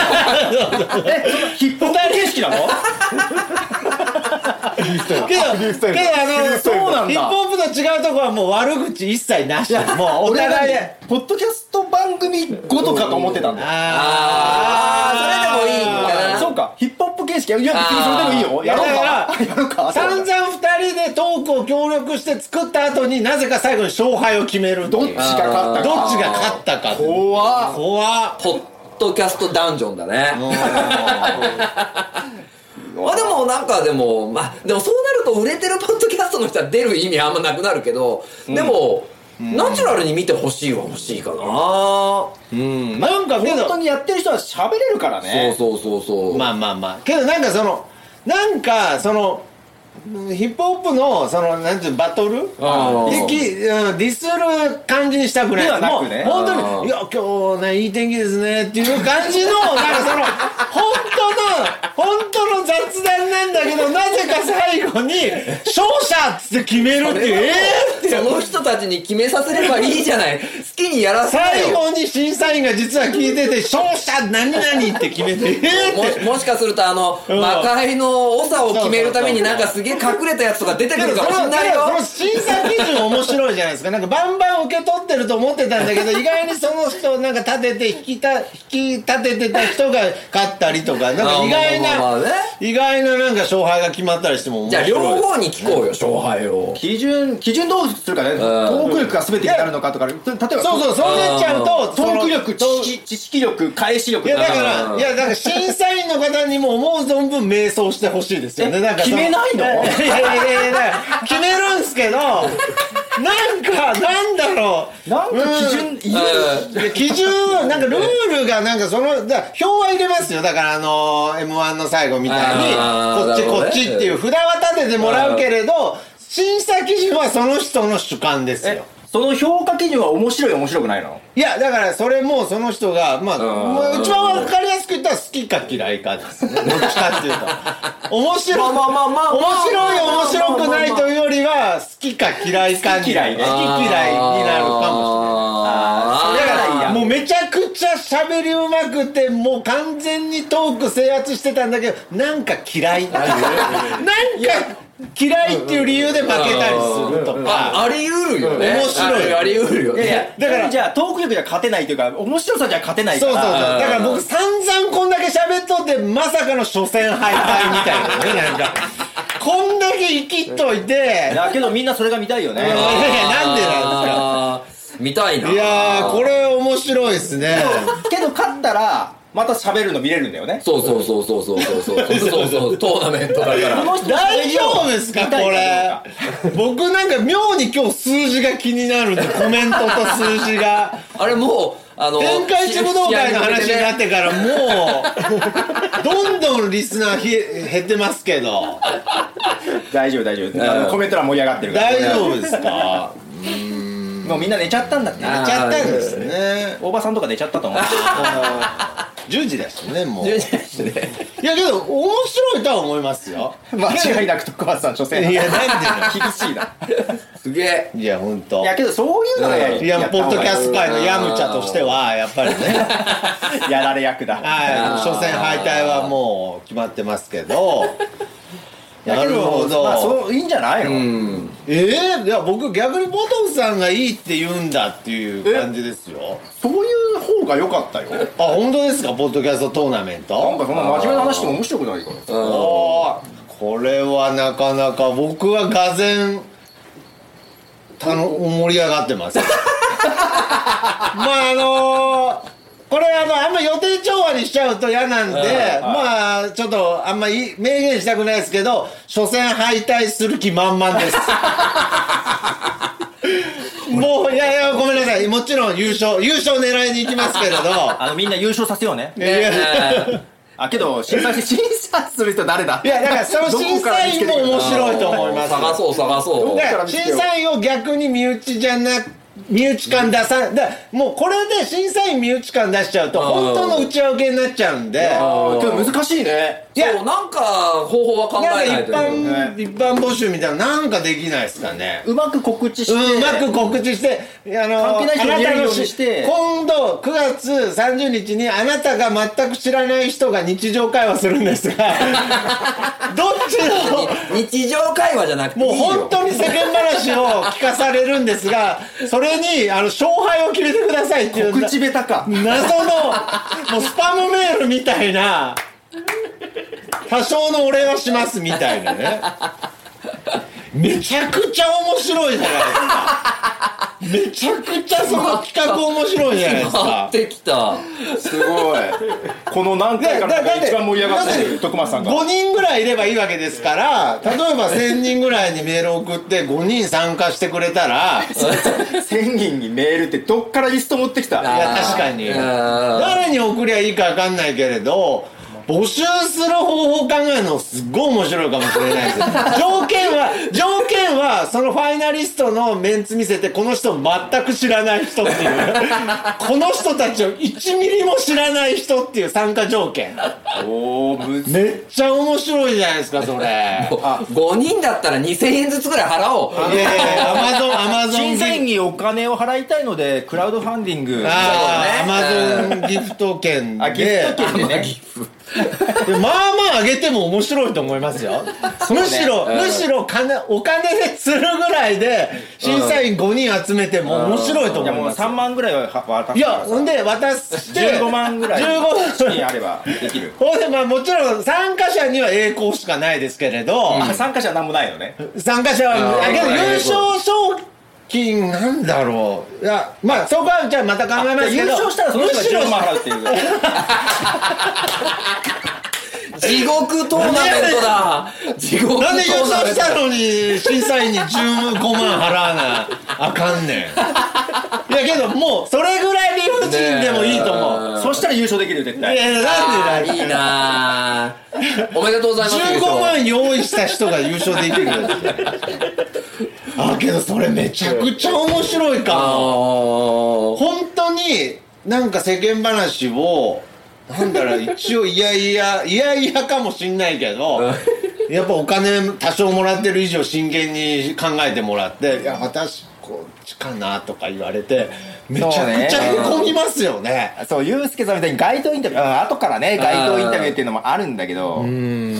Speaker 2: のえそのヒップホップ形式なの
Speaker 1: けどけどあの
Speaker 2: スタイルそうな
Speaker 1: ヒッ
Speaker 2: んだ
Speaker 1: プホップと違うとこはもう悪口一切なしもうお互いで
Speaker 2: ポッドキャスト番組ごとかと思ってたんだよ
Speaker 3: あーそれでもいいのかな
Speaker 2: そうかヒップホップ形式いや別にそれでもいいよやろ
Speaker 1: あ
Speaker 2: うか
Speaker 1: ー
Speaker 2: やろうか
Speaker 1: 散々
Speaker 2: そうだ
Speaker 1: 二人でトークを協力して作った後になぜか最後に勝敗を決めるって
Speaker 2: どっ
Speaker 1: い
Speaker 2: ち
Speaker 1: う
Speaker 2: が勝ったか
Speaker 1: どっちが勝ったかっていう
Speaker 2: 怖っ
Speaker 1: 怖っ
Speaker 3: ポッドキャストダンジョンだね、まあでもなんかでもまあでもそうなると売れてるポッドキャストの人は出る意味あんまなくなるけど、でも、ナチュラルに見てほしいは欲しいかな、
Speaker 1: うんなんかけ
Speaker 2: 本当
Speaker 1: ど
Speaker 2: にやってる人は喋れるからね
Speaker 3: そうそうそうそう、
Speaker 1: まあまあまあけどなんかそのなんかそのヒップホップのそのなんていうのバトル
Speaker 3: あー
Speaker 1: できうんディスる感じにしたくない
Speaker 2: ではなくね
Speaker 1: もう本
Speaker 3: あ
Speaker 1: 当
Speaker 3: ー
Speaker 1: に「いや今日ねいい天気ですね」っていう感じのなんかその本当の本当の雑談なんだけどなぜか最後に「勝者!」っつって決めるっていうえーって
Speaker 3: その人たちに決めさせればいいじ ゃない好きにやらせな
Speaker 1: 最
Speaker 3: よ
Speaker 1: 後に審査員が実は聞いてて「勝者何々」って決めて「えー!」っ
Speaker 3: も
Speaker 1: て
Speaker 3: しもしかするとあの、
Speaker 1: うん
Speaker 3: 魔界の長を決めるためになんかすげえ隠れたやつとか出てく
Speaker 1: け
Speaker 3: る
Speaker 1: ど
Speaker 3: かも
Speaker 1: そ
Speaker 3: しん
Speaker 1: の
Speaker 3: ないよ
Speaker 1: その審査基準面白いじゃないですかなんかバンバン受け取ってると思ってたんだけど意外にその人をなんか立てて引きた引き立ててた人が勝ったりとかなんか意外
Speaker 3: あーまあまあまあね
Speaker 1: な意外ななんか勝敗が決まったりしても面
Speaker 3: じゃ
Speaker 1: 白
Speaker 3: あ
Speaker 1: い
Speaker 3: 両方に聞こうよ勝敗を
Speaker 2: 基準基準どうするかねトーク力が全てになるのかとか例えば
Speaker 1: そうそうそうなっちゃうと
Speaker 2: トーク力
Speaker 1: その
Speaker 2: 知識知識力返し力
Speaker 1: いやだか
Speaker 3: う
Speaker 1: ら
Speaker 3: ん
Speaker 1: いやだから審査員の方にも思う存分迷走してほしいですよねなんかその
Speaker 2: 決めないの
Speaker 1: いやいやいやいや決めるんすけどなんかなんだろう
Speaker 2: なんか基準、
Speaker 1: うん
Speaker 2: いる
Speaker 1: で基準はなんかルールがなんかそのだ表は入れますよだからあの m 1の最後みたいに
Speaker 3: あー
Speaker 1: こっち、
Speaker 3: なるほ
Speaker 1: こ
Speaker 3: どね
Speaker 1: っちっていう札は立ててもらうけれど審査基準はその人の主観です
Speaker 2: え
Speaker 1: よ
Speaker 2: その評価基準は面白い面白くないの
Speaker 1: いやだからそれもその人がまあ
Speaker 3: うん
Speaker 1: 一番分かりやすく言ったら好きか嫌いか ですねどっちかっていうと面白い
Speaker 3: まあまあまあまあ
Speaker 1: 面白い面白くないというよりは好きか嫌いかに
Speaker 2: 好き嫌い
Speaker 1: 好
Speaker 2: ね
Speaker 1: き嫌いになるかもしれない
Speaker 2: あ
Speaker 3: あ
Speaker 2: ーそれがいい
Speaker 3: ー
Speaker 2: や
Speaker 1: もうめちゃくちゃ喋りうまくてもう完全にトーク制圧してたんだけどなんか嫌いっていうなんか嫌いっていう理由で負けたりすると
Speaker 3: あ
Speaker 1: か
Speaker 3: あり得るよね
Speaker 1: 面白い
Speaker 3: ああり得るよ
Speaker 2: いやいや
Speaker 3: ね
Speaker 1: だ
Speaker 2: だか
Speaker 1: からら
Speaker 2: じゃあトーク力じゃ勝てないというか面白さじゃ勝てないか
Speaker 1: そう
Speaker 2: ら
Speaker 1: そうそうだ
Speaker 3: あー
Speaker 1: から僕散々こんだけ喋っとってまさかの初戦敗退みたいなねなんかこんだけ生きっといて
Speaker 2: だけどみんなそれが見たいよね
Speaker 1: いやいやなんでなんです
Speaker 3: ですか見たいない
Speaker 1: いやーこれ面白いですね
Speaker 2: けど勝ったらまた喋るの見れるんだよね
Speaker 3: そうそうそうそうそうそうそうそうそうトーナメントだから
Speaker 2: この人の
Speaker 1: 大丈夫ですか
Speaker 2: 見たい
Speaker 1: これ
Speaker 2: か
Speaker 1: 僕なんか妙に今日数字が気になるんでコメントと数字が。
Speaker 3: あれもうあの
Speaker 1: 天下一武道会の話になってからもうどんどんリスナーひ減ってますけど
Speaker 2: 大丈夫大丈夫あ
Speaker 3: うん
Speaker 2: のコメント欄盛り上がってるから
Speaker 1: 大丈夫ですか
Speaker 2: もうみんな寝ちゃったんだって
Speaker 1: やっちゃったんですね
Speaker 2: おばさんとか寝ちゃったと思う
Speaker 1: 10時だしねもうい
Speaker 3: 全然ですね
Speaker 1: やけど面白いとは思いますよ
Speaker 2: 間違いなく徳松さん女性
Speaker 1: いやなんでだ
Speaker 2: 厳しいな
Speaker 3: すげえ
Speaker 1: いや本当
Speaker 2: いやけどそういうのがや
Speaker 1: いやポッドキャスト界のヤムチャとしてはやっぱりね
Speaker 2: トやられ役だ
Speaker 1: はい
Speaker 3: あー
Speaker 1: 初戦敗退はもう決まってますけど
Speaker 2: い や
Speaker 1: な
Speaker 2: け
Speaker 1: るほど、
Speaker 2: まあそういいんじゃないの
Speaker 3: うん
Speaker 1: ええいや僕逆にボトムさんがいいって言うんだっていう感じですよ
Speaker 2: そういう方が良かったよなんか
Speaker 1: あ本当ですかポッドキャストトーナメント
Speaker 2: そんな真面目な話しても面白くないから
Speaker 1: おーこれはなかなか僕はがぜたの盛り上がってますまああのーこれあのあんま予定調和にしちゃうと嫌なんで、まあちょっとあんまい明言したくないですけど初戦敗退する気満々ですもういやいやごめんなさいもちろん優勝優勝狙いに行きますけれど
Speaker 2: あのみんな優勝させようね
Speaker 1: いやいや
Speaker 2: あけど審査し審査する人誰だ
Speaker 1: いやだからその審査員も面白いと思いますよ
Speaker 3: 探そう探そう
Speaker 1: だから審査員を逆に身内じゃな身内感出さだもうこれで審査員身内感出しちゃうと
Speaker 3: ん
Speaker 1: 本当の打ち分けになっちゃうんで
Speaker 2: あーけど難しいね
Speaker 1: いや
Speaker 3: そうなんか方法は考
Speaker 1: なんか
Speaker 3: え
Speaker 1: 一
Speaker 3: ないという
Speaker 1: 般一般募集みたいななんかできないですかね
Speaker 2: うまく告知して
Speaker 1: うんうまく告知して、あの、
Speaker 2: 関係ない人
Speaker 1: あ
Speaker 2: に
Speaker 1: な
Speaker 2: や
Speaker 1: た
Speaker 2: るよ
Speaker 1: の
Speaker 2: うにして
Speaker 1: 今度9月30日にあなたが全く知らない人が日常会話するんですが、どっちの
Speaker 3: 日常会話じゃなくていい
Speaker 1: もう
Speaker 3: よ
Speaker 1: 本当に世間話を聞かされるんですが、それに、あの、勝敗を決めてくださいっていう、
Speaker 2: 告
Speaker 1: な
Speaker 2: 知下手か
Speaker 1: 謎の、もうスパムメールみたいな、多少のお礼はしますみたいなね。めちゃくちゃ面白いじゃないですか。めちゃくちゃその企画面白いじゃないです
Speaker 3: 回
Speaker 1: か
Speaker 3: っ。てきた
Speaker 2: すごいこの何回かの中で一番盛り上がってる徳松さんが
Speaker 1: 5人ぐらいいればいいわけですから例えば1000人ぐらいにメール送って5人参加してくれたら
Speaker 2: 1000人にメールってどっからリスト持ってき
Speaker 1: い
Speaker 2: た
Speaker 1: や確かに
Speaker 3: あー
Speaker 1: 誰に送りゃいいか分かんないけれど募集する方法を考えるのすっごい面白いかもしれない ですよ条件は条件はそのファイナリストのメンツ見せてこの人全く知らない人っていうこの人たちを1ミリも知らない人っていう参加条件
Speaker 2: おおむず
Speaker 1: めっちゃ面白いじゃないですかそれ
Speaker 3: 5人だったら2000円ずつぐらい払おう
Speaker 1: いやいやいやアマゾンアマゾン
Speaker 2: 審査員にお金を払いたいのでクラウドファンディング
Speaker 1: あ
Speaker 3: そう
Speaker 1: あ、
Speaker 3: だ
Speaker 1: アマゾンギフト券
Speaker 2: あギフ
Speaker 1: で
Speaker 2: ト券でね
Speaker 1: でまあまあ上げても面白いと思いますよ、むしろ、
Speaker 3: うん
Speaker 1: むしろ金お金で釣るぐらいで審査員5人集めても面白いと
Speaker 2: い
Speaker 1: 思
Speaker 2: や
Speaker 1: い
Speaker 2: もう
Speaker 1: ます
Speaker 2: 3万ぐらいは渡す
Speaker 1: いやほんで渡して
Speaker 2: 15万ぐらい
Speaker 1: 15
Speaker 2: 資金
Speaker 1: 万
Speaker 2: あればできる
Speaker 1: ほんでまあもちろん参加者には栄光しかないですけれど、
Speaker 2: あ参加者なんもないのね
Speaker 1: 参加者は
Speaker 3: あー
Speaker 1: あけど
Speaker 3: これ
Speaker 1: 優勝賞金なんだろういやまあそこはじゃあまた考えますけど
Speaker 2: 優勝したらその人が
Speaker 1: むしろ
Speaker 2: 10万払うっていう
Speaker 3: 地獄トーナメントだ地獄トーナ
Speaker 1: なん
Speaker 3: メ
Speaker 1: で
Speaker 3: ント
Speaker 1: 予想したのに審査員に15万払わなあかんねんいやけどもうそれぐらい理不尽でもいいと思う、
Speaker 2: そしたら優勝できるよ絶
Speaker 1: い
Speaker 2: 対
Speaker 1: やなんでだ
Speaker 3: いいなあおめでとうございます
Speaker 1: 15万用意した人が優勝できるあけどそれめちゃくちゃ面白いか
Speaker 3: あ
Speaker 1: も
Speaker 3: ー
Speaker 1: 本当になんか世間話をなんだろう一応いやいや いやいやかもしんないけどやっぱお金多少もらってる以上真剣に考えてもらって「いや私こっちかな」とか言われてめちゃくちゃへこみますよね。
Speaker 2: そうユースケさんみたいに街頭インタビューうん後からね街頭インタビューっていうのもあるんだけど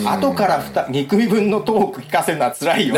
Speaker 2: 後からふた2組分のトーク聞かせるのは辛 いよ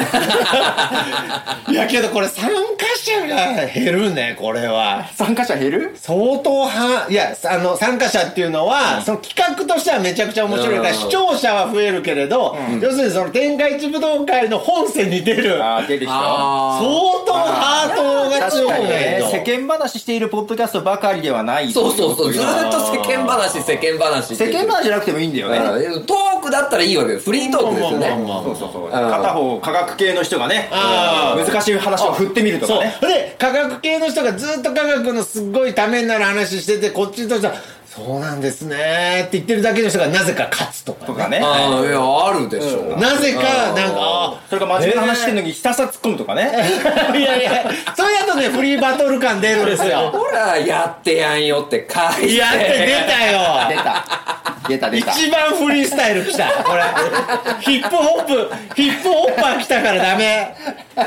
Speaker 1: いやけどこれ参加者が減るねこれは。
Speaker 2: 参加者減る
Speaker 1: 相当は、いや、さあの、参加者っていうのは、その企画としてはめちゃくちゃ面白いから、
Speaker 3: うん
Speaker 1: 視聴者は増えるけれど、要するにその天下一武道会の本線に出る、
Speaker 2: あー出る人
Speaker 1: 相
Speaker 3: あ
Speaker 1: 当ハートが
Speaker 2: 確
Speaker 1: 強
Speaker 2: か
Speaker 1: く
Speaker 2: に
Speaker 1: ない
Speaker 2: ね
Speaker 1: と。
Speaker 2: 世間話しているポッドキャストばかりではない
Speaker 3: ーそうそうそうず
Speaker 2: 世
Speaker 3: ーっと世間話世間話って言って
Speaker 2: 間話じゃなくてもいいんだよね
Speaker 3: うんトークだったらいいわけよフリートークですよ
Speaker 1: まあまあ
Speaker 3: ね
Speaker 1: まあ
Speaker 2: そうそうそう
Speaker 3: うん
Speaker 2: 片方科学系の人がね
Speaker 1: あー
Speaker 2: 難しい話を振ってみると
Speaker 1: そ
Speaker 2: か
Speaker 1: う
Speaker 2: ね。
Speaker 1: で、科学系の人がずっと科学のすっごいためになる話してて、こっちとしては、そうなんですねって言ってるだけの人がなぜか勝つとか
Speaker 2: と
Speaker 1: ね。
Speaker 2: かね
Speaker 3: あーいやあるでしょ
Speaker 1: なぜか、なんか、あー
Speaker 2: それから真面目な話してるのにひたすら突っ込むとかね
Speaker 1: いやいや、それだとね、フリーバトル感出るんですよ。
Speaker 3: ほらやってやんよって書いて
Speaker 1: やって出たよ
Speaker 2: 出た出た出た
Speaker 1: 一番フリースタイル来たこれヒップホップヒップホッパー来たからダメ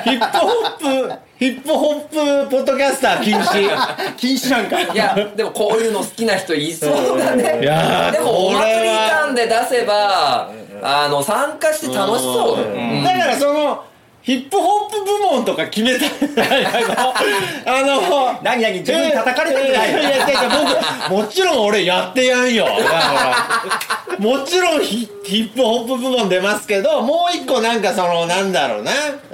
Speaker 1: ヒップホップヒップホップポッドキャスター禁止
Speaker 2: 禁止なんか
Speaker 3: いやでもこういうの好きな人いそうだね
Speaker 1: いやー
Speaker 3: でもお
Speaker 1: これ
Speaker 3: 祭り
Speaker 1: は
Speaker 3: 感で出せばあの参加して楽しそうだようん
Speaker 1: だからそのヒップホップ部門とか決めたいあの
Speaker 2: 何々自分叩かれたくない
Speaker 1: ややいやいや僕もちろん俺やってや んよだからもちろんヒヒップホップ部門出ますけどもう一個なんかそのなんだろうな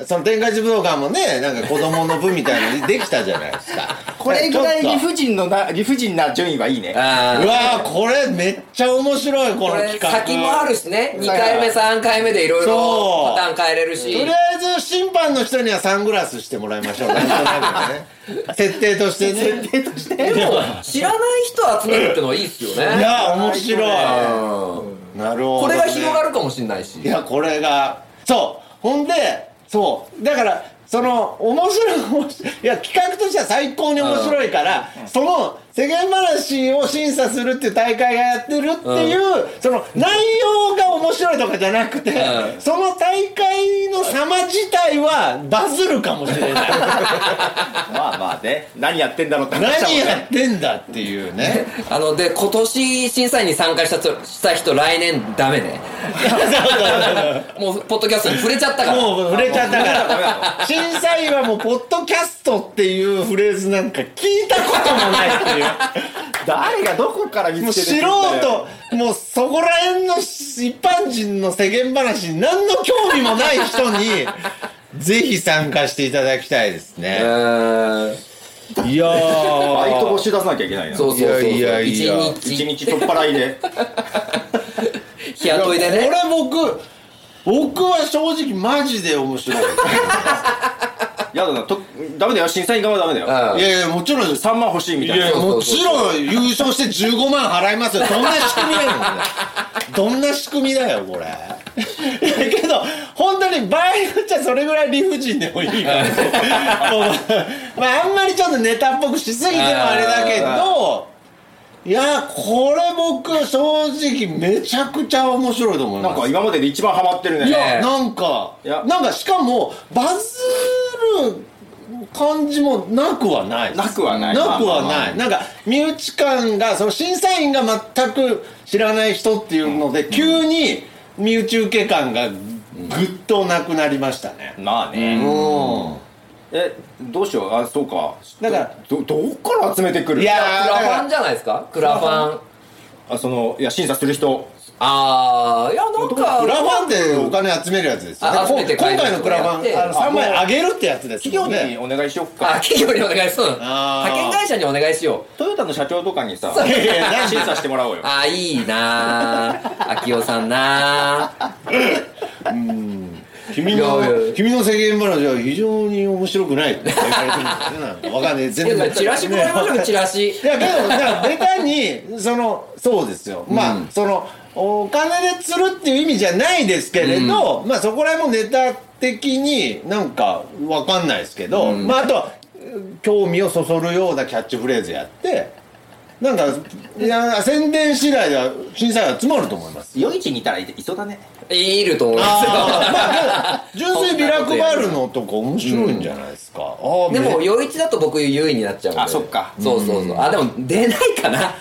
Speaker 1: その天下一武道館もねなんか子供の部みたいのできたじゃないですか
Speaker 2: これぐらい
Speaker 1: ちょ
Speaker 2: 理
Speaker 1: っと
Speaker 2: 不尽のな理不尽な順位はいいね
Speaker 3: あー
Speaker 1: うわーこれめっちゃ面白いこ
Speaker 3: こ
Speaker 1: の
Speaker 3: れ
Speaker 1: 企画
Speaker 3: 先もあるしね2
Speaker 1: だから
Speaker 3: 回目3回目でいろいろ
Speaker 1: そう
Speaker 3: パターン変えれるし
Speaker 1: とりあえず審判の人にはサングラスしてもらいましょうなんとなくね設定としてね設定として
Speaker 3: でも知らない人集めるってのはいいっすよ
Speaker 1: い
Speaker 3: ね
Speaker 1: や面白い
Speaker 3: うん
Speaker 1: なるほど、
Speaker 3: こ
Speaker 1: ね、
Speaker 3: れが広がるかもしれないし
Speaker 1: いやこれがそうほんでそうだからその面白い面白いいや企画としては最高に面白いから、その世間話を審査するっていう大会がやってるっていう、その内容が面白いとかじゃなくて、
Speaker 3: うん
Speaker 1: その大会の様自体はバズるかもしれない
Speaker 2: まあまあね何やってんだろうって話だも
Speaker 1: 何
Speaker 2: ん
Speaker 1: や
Speaker 2: ね
Speaker 1: ってんだっていう ね
Speaker 3: あので今年審査員に参加した人した人来年ダメねもうポッドキャストに触れちゃったから
Speaker 1: もう触れちゃった
Speaker 2: ダメ
Speaker 1: か
Speaker 2: なの
Speaker 1: ら審査員はもう「ポッドキャスト」っていうフレーズなんか聞いたこともないっていう
Speaker 2: 誰がどこ から見
Speaker 1: もう
Speaker 2: つ
Speaker 1: 素
Speaker 2: けてくんだよ
Speaker 1: 人もうそこら辺の一般人の世間話に何の興味もない人 にぜひ参加していただきたいです
Speaker 3: う
Speaker 1: ね
Speaker 3: ーん
Speaker 1: いやー
Speaker 2: バイト募集出さなきゃいけないな
Speaker 3: そうそうそうそう
Speaker 1: いやいやいや
Speaker 3: 一
Speaker 2: 一
Speaker 3: 日
Speaker 2: 日取っ払いで
Speaker 3: 日雇いでね
Speaker 1: これ僕僕は正直マジで面 白い
Speaker 2: やだなとダメだよ審査員側はダメだよ
Speaker 1: いやいやもちろん
Speaker 2: 3万欲しいみたい
Speaker 1: い
Speaker 2: な
Speaker 1: やもちろん優勝して15万払いますよどんな仕組みなのこれどんな仕組みだよこれいや けど本当に場合によっちゃそれぐらい理不尽でもいいからね もうまああんまりちょっとネタっぽくしすぎてもあれだけどいやこれ僕正直めちゃくちゃ面白いと思い
Speaker 2: なん
Speaker 1: ま
Speaker 2: か
Speaker 1: す
Speaker 2: 今までで一番ハマってるね
Speaker 1: い
Speaker 3: ね
Speaker 1: やなんか
Speaker 2: いや
Speaker 1: なんかしかもバズる感じもなくはないです
Speaker 2: なくはない
Speaker 1: なくは
Speaker 2: まあまあ
Speaker 1: ない、なんか身内感がその審査員が全く知らない人っていうので、急に身内受け感がぐっとなくなりましたね、
Speaker 2: まあね
Speaker 1: うん
Speaker 2: えどうしようあそうか
Speaker 1: だから
Speaker 2: どどこから集めてくる
Speaker 1: いや
Speaker 3: クラファンじゃないですかクラファン
Speaker 2: あそのいや審査する人
Speaker 3: あーいやなんか
Speaker 1: クラファンでお金集めるやつですよね
Speaker 3: あ集めて
Speaker 1: こ
Speaker 3: 買い
Speaker 1: 今
Speaker 3: ます
Speaker 1: 回のクラファンあの
Speaker 3: あ
Speaker 1: 3枚あげるってやつです
Speaker 2: 企業
Speaker 1: よ
Speaker 2: に
Speaker 1: ね
Speaker 2: お願いしよっか
Speaker 3: あ企業にお願いそうなの
Speaker 1: あー
Speaker 3: 派遣会社にお願いしよ
Speaker 2: トヨタの社長とかにさ
Speaker 1: いやいや
Speaker 2: 審査してもらおう
Speaker 3: う
Speaker 2: よ
Speaker 3: あーいいなあきおさんなー
Speaker 1: 君
Speaker 3: いやい
Speaker 1: の
Speaker 3: や
Speaker 1: 君の世間話は非常に面白くないって言われてるんですねなんかわかんない
Speaker 3: いや
Speaker 1: 全
Speaker 3: でも
Speaker 1: 然
Speaker 3: チラシもらいましょうよチラシ
Speaker 1: いやけどだからベタにそのそうですよまあ、そのお金で釣るっていう意味じゃないですけれど、まあそこら辺もネタ的になんかわかんないですけど、まああとは興味をそそるようなキャッチフレーズやってなんかいや宣伝次第では審査が集まると思います
Speaker 2: 夜市にいたらいそうだね
Speaker 3: いると思いますよ
Speaker 1: あーまあ、純粋ビラクバルのとこ面白いんじゃないですか。あー
Speaker 3: でも
Speaker 1: め
Speaker 3: 余一だと僕優位になっちゃうんで
Speaker 2: あそっか
Speaker 3: そうそうそうあでも出ないかな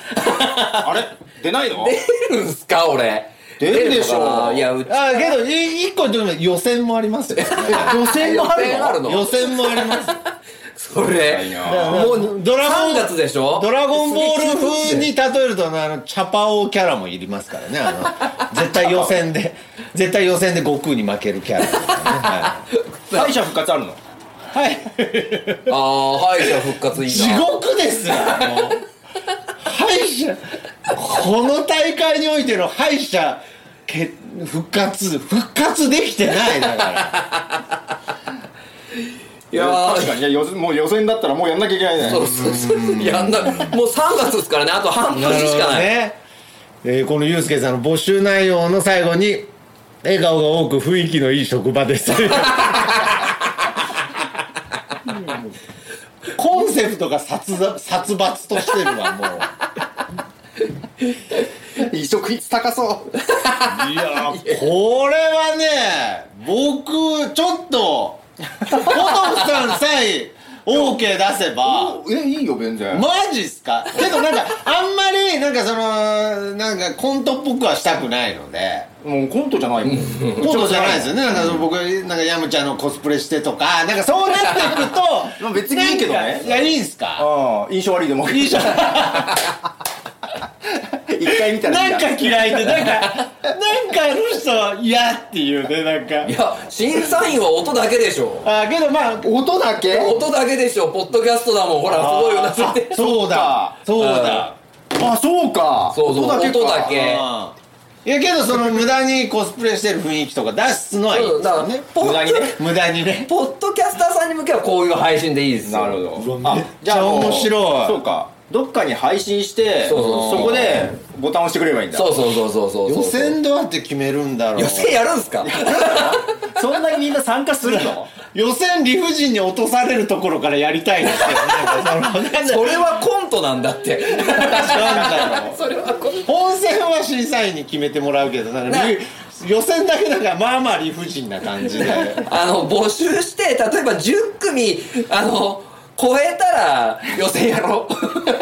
Speaker 2: あれ出ないの
Speaker 3: 出るんすか俺
Speaker 2: 出るでしょ
Speaker 3: 出のかないやうち
Speaker 1: あーけどい一個でも予選もありますよ、ね。
Speaker 2: 予選もあるの
Speaker 3: あるの
Speaker 1: 予選もあります。
Speaker 3: それ
Speaker 2: いや
Speaker 1: もうドラゴン
Speaker 3: 3月でしょ
Speaker 1: ドラゴンボール風に例えるとあのチャパオキャラもいりますからね。あの絶対予選で絶対予選で悟空に負けるキャラ、ね。は
Speaker 2: 敗者復活あるの
Speaker 1: い。はい
Speaker 3: ああ敗者復活いいな
Speaker 1: 地獄ですよもう敗者この大会においての敗者け復活復活できてないだから
Speaker 2: い
Speaker 3: やー
Speaker 2: 確かにいや予選もう予選だったらもうやんなきゃいけないね
Speaker 3: そうそうそうやんなもう3月ですからねあと半年しかない
Speaker 1: ね、えーこのユうスケさんの募集内容の最後に笑顔が多く雰囲気のいい職場です コンセプトが殺伐殺伐としてるわもう。
Speaker 2: 移植率高そう
Speaker 1: いやーこれはね僕ちょっとポトフさんさえ OK 出せば
Speaker 2: えいいよ全然
Speaker 1: マジっすかけどなんかあんまりなんかそのなんかコントっぽくはしたくないので
Speaker 2: もうコントじゃないもん
Speaker 1: コントじゃないですよねなんかその僕なんかヤムちゃんのコスプレしてとかなんかそうなっていくと
Speaker 2: まあ別にいいけどね
Speaker 1: なんかいやいいんすか
Speaker 2: ああ印象悪いでも印象一回見たらいい
Speaker 1: なんか
Speaker 2: や
Speaker 1: 嫌いでなんかなんかあの人嫌っていうねなんか
Speaker 3: いや審査員は音だけでしょ
Speaker 1: あーけどまあ
Speaker 2: 音だけ
Speaker 3: 音だけでしょポッドキャストだもんほらすごいうなずいてる
Speaker 1: そうだそうだ
Speaker 2: あそうか
Speaker 3: そうそう
Speaker 2: か
Speaker 3: 音だけ
Speaker 1: いやけどその無駄にコスプレしてる雰囲気とか出すのはいい
Speaker 3: うん
Speaker 1: です
Speaker 3: だか
Speaker 1: よ
Speaker 3: ら
Speaker 1: ね
Speaker 3: ポ
Speaker 2: 無駄にね
Speaker 3: ッ
Speaker 1: 無駄にね
Speaker 3: ポッドキャスターさんに向けはこういう配信でいいですよ
Speaker 2: なるほど
Speaker 1: うわめっちゃ
Speaker 2: もう
Speaker 1: 面白い
Speaker 2: そうかどっかに配信して
Speaker 3: そうそうそう
Speaker 2: そこでボタン押してくれればいいんだ
Speaker 3: そうそうそうそうそう
Speaker 1: 予
Speaker 3: そう
Speaker 1: 選どうやって決めるんだろう
Speaker 3: 予選やるんすか
Speaker 2: そんなにみんな参加するの
Speaker 1: 予選理不尽に落とされるところからやりたいですけどね そのなんか
Speaker 3: それはコントなんだっ
Speaker 1: な
Speaker 3: て
Speaker 1: んだろう
Speaker 3: それはコン
Speaker 1: 本戦は審査員に決めてもらうけどなんか
Speaker 3: ね
Speaker 1: 予選だけだからまあまあ理不尽な感じで
Speaker 3: あの募集して例えば10組あの超えたら予選 やろう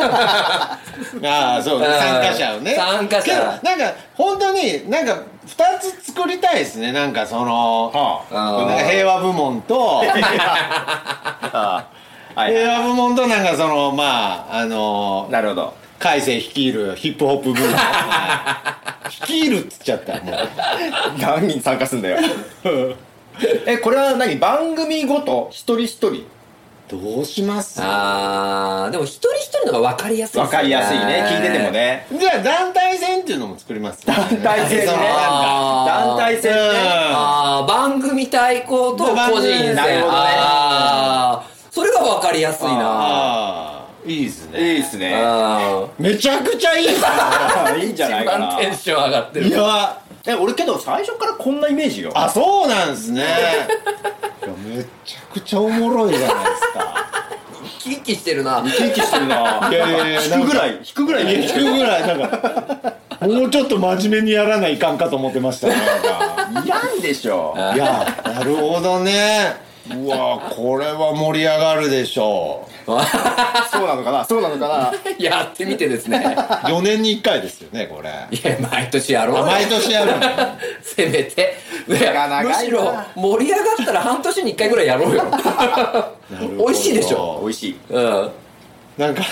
Speaker 1: ああそうね
Speaker 3: うん
Speaker 1: 参加者をね
Speaker 3: 参加者
Speaker 1: けどなんか本当になんか2つ作りたいですねなんかその、
Speaker 2: はあ
Speaker 3: あー
Speaker 1: なんか平和部門 と
Speaker 2: ああはい
Speaker 1: 平和部門となんかそのまああの
Speaker 2: なるほど
Speaker 1: 海星率いるヒップホップ部 門はい率いるっつっちゃったもう
Speaker 2: 何人参加すんだよえこれは何番組ごと一人一人
Speaker 1: どうします
Speaker 3: あーでも一人一人のが分かりやすいっ
Speaker 2: わ
Speaker 3: すよ
Speaker 2: かりやすいね聞いててもね
Speaker 1: じゃあ団体戦っていうのも作ります団
Speaker 2: 団体戦ね
Speaker 3: あ
Speaker 2: 団
Speaker 3: ー
Speaker 2: 体戦ね
Speaker 3: あー番組対抗と個
Speaker 1: 番組
Speaker 3: 人戦
Speaker 2: なるほどね
Speaker 3: あーそれが分かりやすいなあ
Speaker 1: ああいいです
Speaker 2: いい
Speaker 1: ね
Speaker 2: っすね
Speaker 3: ー
Speaker 1: めちゃくちゃいいっすね
Speaker 2: いいんじゃない
Speaker 3: 一
Speaker 2: か
Speaker 3: 番
Speaker 2: な
Speaker 3: テンション上がって
Speaker 1: い
Speaker 3: る
Speaker 1: や
Speaker 2: え俺けど最初からこんなイメージよ
Speaker 1: あそうなんですねいやめちゃくちゃおもろいじゃないですか
Speaker 3: キッキしてるな
Speaker 2: 生き生きしてるな
Speaker 1: いやいやいや
Speaker 2: 引くぐら い引くぐらい
Speaker 1: いや引くぐらいなんかもうちょっと真面目にやらないかんかと思ってましたね
Speaker 2: いらんでしょ
Speaker 1: いやなるほどねうわこれは盛り上がるでしょう
Speaker 2: そうなのかなそうなのかな
Speaker 3: やってみてですね
Speaker 1: 4年に1回ですよねこれあ
Speaker 3: いや毎年やろうよ
Speaker 1: 毎年やるの
Speaker 3: せめてね
Speaker 2: 長いな
Speaker 3: むしろ盛り上がったら半年に1回ぐらいやろうよ美味しいでしょ
Speaker 2: 美味しい
Speaker 3: うん
Speaker 1: なんか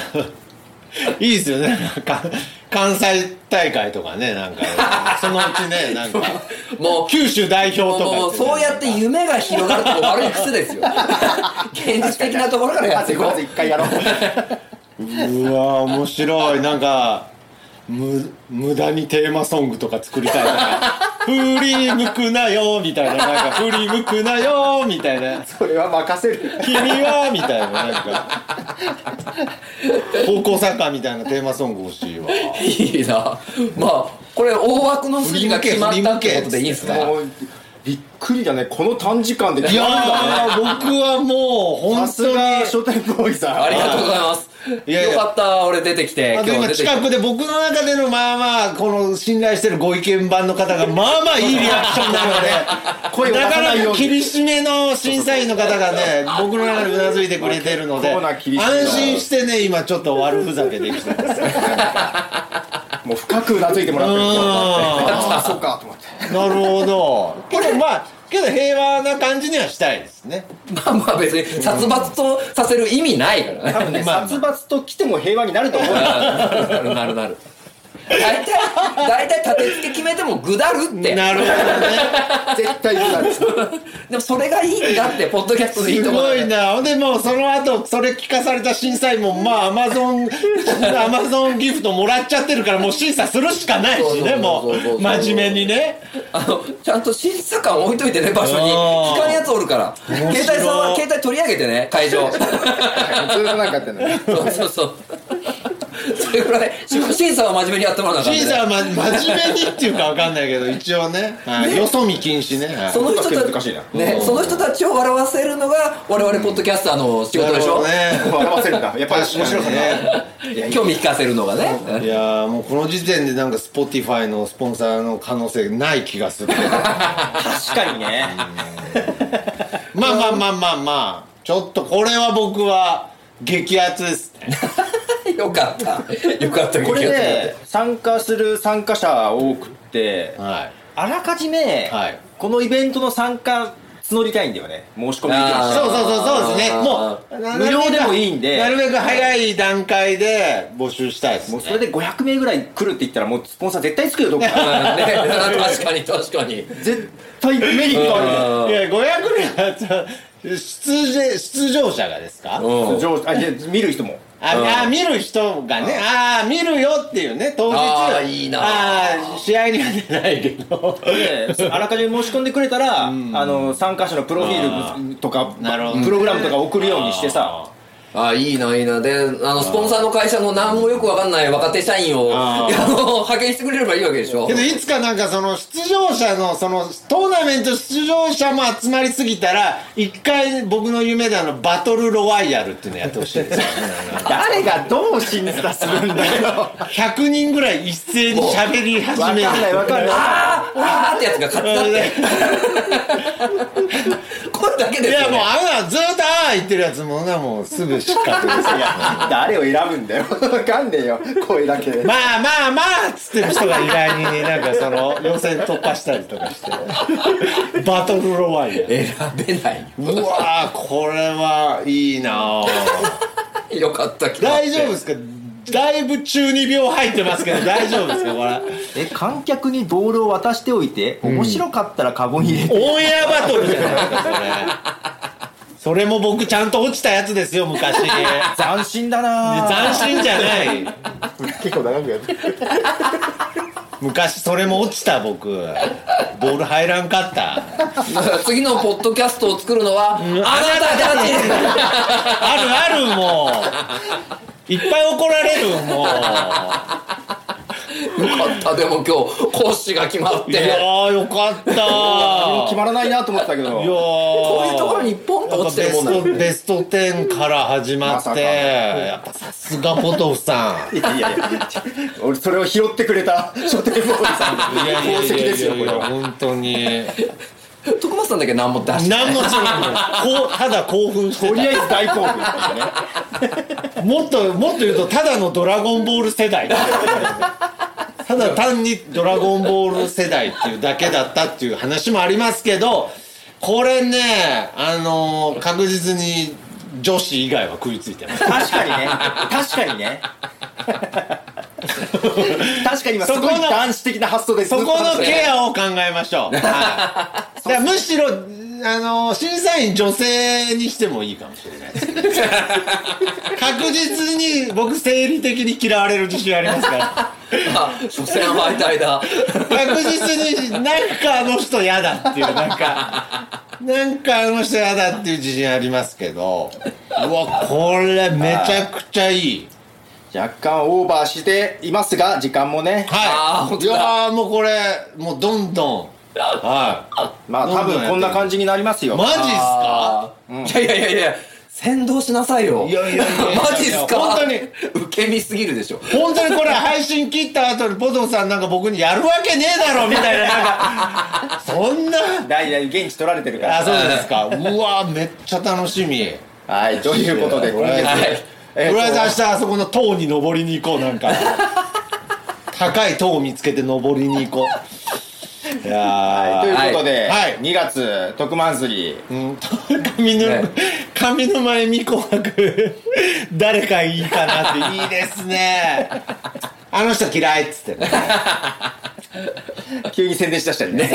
Speaker 1: いいですよねなんか関西大会とかねなんかそのうちねなんか
Speaker 3: もう
Speaker 1: 九州代表とか
Speaker 3: もうそうやって夢が広がるって悪い癖ですよ現実的なところからやってい こ
Speaker 2: まず一
Speaker 3: う
Speaker 2: 回やろう
Speaker 1: うわ面白いなんかむ無駄にテーマソングとか作りたいなんか振り向くなよみたいななんか振り向くなよみたいな
Speaker 2: それは任せる
Speaker 1: 君はみたいななんか高校サッカーみたいなテーマソング欲しいわ
Speaker 3: いいなまあこれ大枠の筋が決まったってことでいいんすか
Speaker 2: もうびっくりだねこの短時間で
Speaker 1: いやー僕はもう
Speaker 2: さ
Speaker 1: 本
Speaker 2: す
Speaker 1: 当
Speaker 2: が
Speaker 1: に
Speaker 2: 初対ボーイさん
Speaker 3: ありがとうございます
Speaker 1: いやいや
Speaker 3: よかった俺出てきて
Speaker 1: あと
Speaker 3: 今
Speaker 1: 今
Speaker 3: 日出てき
Speaker 1: 近
Speaker 3: て
Speaker 1: くで僕の中でのまあまあこの信頼してるご意見番の方がまあまあいいリアクションなので
Speaker 2: 声を出
Speaker 1: な
Speaker 2: さ
Speaker 1: か
Speaker 2: ない
Speaker 1: な
Speaker 2: よう
Speaker 1: か
Speaker 2: に
Speaker 1: 厳しめの審査員の方がね僕の中でうなずいてくれてるので
Speaker 2: コーナー厳しいな
Speaker 1: 安心してね今ちょっと悪ふざけできてます
Speaker 2: もう深くうなずいてもらってる
Speaker 1: うーん
Speaker 2: ああそうかと思って
Speaker 1: なるほどけどまあけど平和な感じにはしたいですね
Speaker 3: まあまあ別に殺伐とさせる意味ないからね
Speaker 2: 多分ね
Speaker 1: まあまあ
Speaker 2: 殺伐と来ても平和になると思うよ
Speaker 3: なるなるなる大体大体立て付け決めてもぐだるって
Speaker 1: なるほどね
Speaker 2: 絶対にな る
Speaker 3: でもそれがいいんだってポッドキャストでいい
Speaker 1: す
Speaker 3: とこ
Speaker 1: ご
Speaker 3: ろ
Speaker 1: いなほんでもうその後それ聞かされた審査員もまあアマゾ ンアマゾンギフトもらっちゃってるからもう審査するしかないしねも
Speaker 3: そうそうそうそう
Speaker 1: う真面目にね
Speaker 3: あのちゃんと審査官置いといてね場所に
Speaker 1: あー
Speaker 3: 聞かんやつおるから
Speaker 1: 白
Speaker 3: 携
Speaker 1: い
Speaker 3: 帯さんは携帯取り上げてね会場
Speaker 2: 普通のなんかってね
Speaker 3: そうそうそうそれぐらい審査は真面目にやってもらわなあかんね
Speaker 1: 審査は、ま、真面目にっていうかわかんないけど一応ね、はい、よそ見禁止ね、はい
Speaker 3: その人
Speaker 2: 難しいな
Speaker 3: たね、その人たちを笑わせるのが我々ポッドキャスターの仕事でしょ、
Speaker 1: なるほどね
Speaker 2: 笑わせるんだ やっぱり面白
Speaker 1: 確
Speaker 2: さ
Speaker 1: かに
Speaker 2: ね
Speaker 1: ね
Speaker 3: 興味聞かせるのがね
Speaker 1: いやーもうこの時点でなんか Spotify のスポンサーの可能性ない気がするけど
Speaker 2: 確かにね
Speaker 1: まあまあまあまあまあちょっとこれは僕は激アツですね
Speaker 3: よかったよかった
Speaker 2: これ
Speaker 3: 気がする
Speaker 2: で参加する参加者多くって
Speaker 1: はい
Speaker 2: あらかじめ
Speaker 1: はい
Speaker 2: このイベントの参加募りたいんだよね申し込みできる
Speaker 3: あー
Speaker 1: そうそうそうそうですねもう
Speaker 2: 無料でもいいんで
Speaker 1: なるべく早い段階で募集したいです
Speaker 2: もう
Speaker 1: ね
Speaker 2: それで500名ぐらい来るって言ったらもうスポンサー絶対つくよ どっか
Speaker 3: ね確かに確かに
Speaker 2: 絶対メリットあ
Speaker 1: いや500人は出場出場者がですか
Speaker 2: る
Speaker 3: うん
Speaker 2: 上あいや見る人も
Speaker 1: ああ見る人がねああ見るよっていうね当日
Speaker 3: あーいいな
Speaker 1: あー試合には出ないけど
Speaker 2: であらかじめ申し込んでくれたら、あの参加者のプロフィールとか
Speaker 1: なるほどね
Speaker 2: プログラムとか送るようにしてさ
Speaker 3: あいいないいなであのスポンサーの会社の何もよくわかんない若手社員を
Speaker 1: あー
Speaker 3: いやあの派遣してくれればいいわけで しょ
Speaker 1: けどいつかなんかその出場者のそのトーナメント出場者も集まりすぎたら一回僕の夢であのバトルロワイヤルっていうのやってほしいですよね
Speaker 2: 誰がどう審査するんだよ
Speaker 1: 100人ぐらい一斉に喋り始
Speaker 2: わかん
Speaker 1: める
Speaker 2: ないわかんない
Speaker 3: あーあーってやつが勝つなってこれだけで
Speaker 1: い
Speaker 3: す
Speaker 1: や
Speaker 3: よ、
Speaker 1: もう
Speaker 3: ね、
Speaker 1: あんなずーっとああ言ってるやつもなもうすぐ失格ですよ
Speaker 2: 誰を選ぶんだよわかんねえよ声だけで
Speaker 1: まあまあまあっつってる人が意外にねなんかその予選突破したりとかしてバトルロワイヤル
Speaker 3: 選べない
Speaker 1: うわーこれはいいなあ
Speaker 3: よかった気が
Speaker 1: 大丈夫ですかだいぶ中二病入ってますけど大丈夫ですかこれ
Speaker 2: え観客にボールを渡しておいて面白かったらカゴに入れて、
Speaker 1: オンエアバトルじゃないですかそれそれも僕ちゃんと落ちたやつですよ昔斬
Speaker 2: 斬新だな
Speaker 1: 新じゃない
Speaker 2: 結構長くやってる
Speaker 1: 昔それも落ちた僕ボール入らんかった
Speaker 3: 次のポッドキャストを作るのは、あなたたち
Speaker 1: あるあるもういっぱい怒られるもう
Speaker 3: よかったでも今日講師が決まっ
Speaker 1: いや
Speaker 3: て
Speaker 1: ーよかった
Speaker 2: 決まらないなと思ってたけ
Speaker 1: いやー
Speaker 2: ど
Speaker 3: こういうところにポンと落ちてるもんなんだ
Speaker 1: やっぱベストベスト10から始ま
Speaker 2: ま
Speaker 1: っ
Speaker 2: さか
Speaker 1: てやっぱさすがポトフさん
Speaker 2: いやいやいや俺それを拾ってくれた書店ボーイさんの
Speaker 1: いやいや
Speaker 2: 功
Speaker 1: い
Speaker 2: 績
Speaker 1: や
Speaker 2: で
Speaker 1: い
Speaker 2: すよ
Speaker 1: や
Speaker 2: こ
Speaker 1: い
Speaker 2: れ
Speaker 1: や
Speaker 2: は
Speaker 1: 本当に
Speaker 3: 徳松さんだけ何も出して
Speaker 1: 何もするこうただ興奮して
Speaker 2: とりあえ
Speaker 1: た
Speaker 2: ず大興奮だったよね
Speaker 1: もっともっと言うとただのドラゴンボール世代ただ単にドラゴンボール世代っていうだけだったっていう話もありますけどこれねあのー確実に女子以外は食いついてます
Speaker 2: 確かにね確かにね確かに今すご
Speaker 1: そ
Speaker 2: い
Speaker 1: この
Speaker 2: 男子的な発想でずっ
Speaker 1: そ
Speaker 2: と
Speaker 1: こ
Speaker 2: 話し
Speaker 1: の
Speaker 2: てる
Speaker 1: ケアを考えましょう。はい、だからむしろ、あの、審査員女性にしてもいいかもしれないですけど。確実に僕生理的に嫌われる自信ありますから。
Speaker 3: あ 所詮敗退だ
Speaker 1: 確実になんかあの人嫌だっていう、なん か、なんかあの人嫌だっていう自信ありますけど。うわ、これめちゃくちゃいい。
Speaker 2: 若干オーバーしていますが時間もね
Speaker 1: はい。
Speaker 3: あー本当だ
Speaker 1: いやーもうこれ、もうどんどん。はい。
Speaker 2: まあ多分こんな感じになりますよ
Speaker 1: マジっすか
Speaker 3: あーいやいやいやいや先導しなさいよ
Speaker 1: いやいやいやいや
Speaker 3: マジっすか
Speaker 1: 本当に
Speaker 3: 受け身すぎるでしょ
Speaker 1: 本当にこれ配信切った後にポトフさんなんか僕にやるわけねえだろみたいななんかそんな
Speaker 2: 大々現地取られてるか
Speaker 1: あ
Speaker 2: ら
Speaker 1: そうですかうわめっちゃ楽しみ
Speaker 2: はいということで今月
Speaker 1: はい
Speaker 2: えー
Speaker 1: と
Speaker 2: と
Speaker 1: りあえず明日あそこの塔に登りに行こうなんか高い塔を見つけて登りに行こういや
Speaker 2: とい
Speaker 1: ー
Speaker 2: うことで、
Speaker 1: はい
Speaker 2: 2月特番釣り
Speaker 1: うん上の
Speaker 3: ね
Speaker 1: 上の前見紅白誰かいいかなっていいですねあの人嫌いっつってね
Speaker 2: 急に宣伝しだしたりね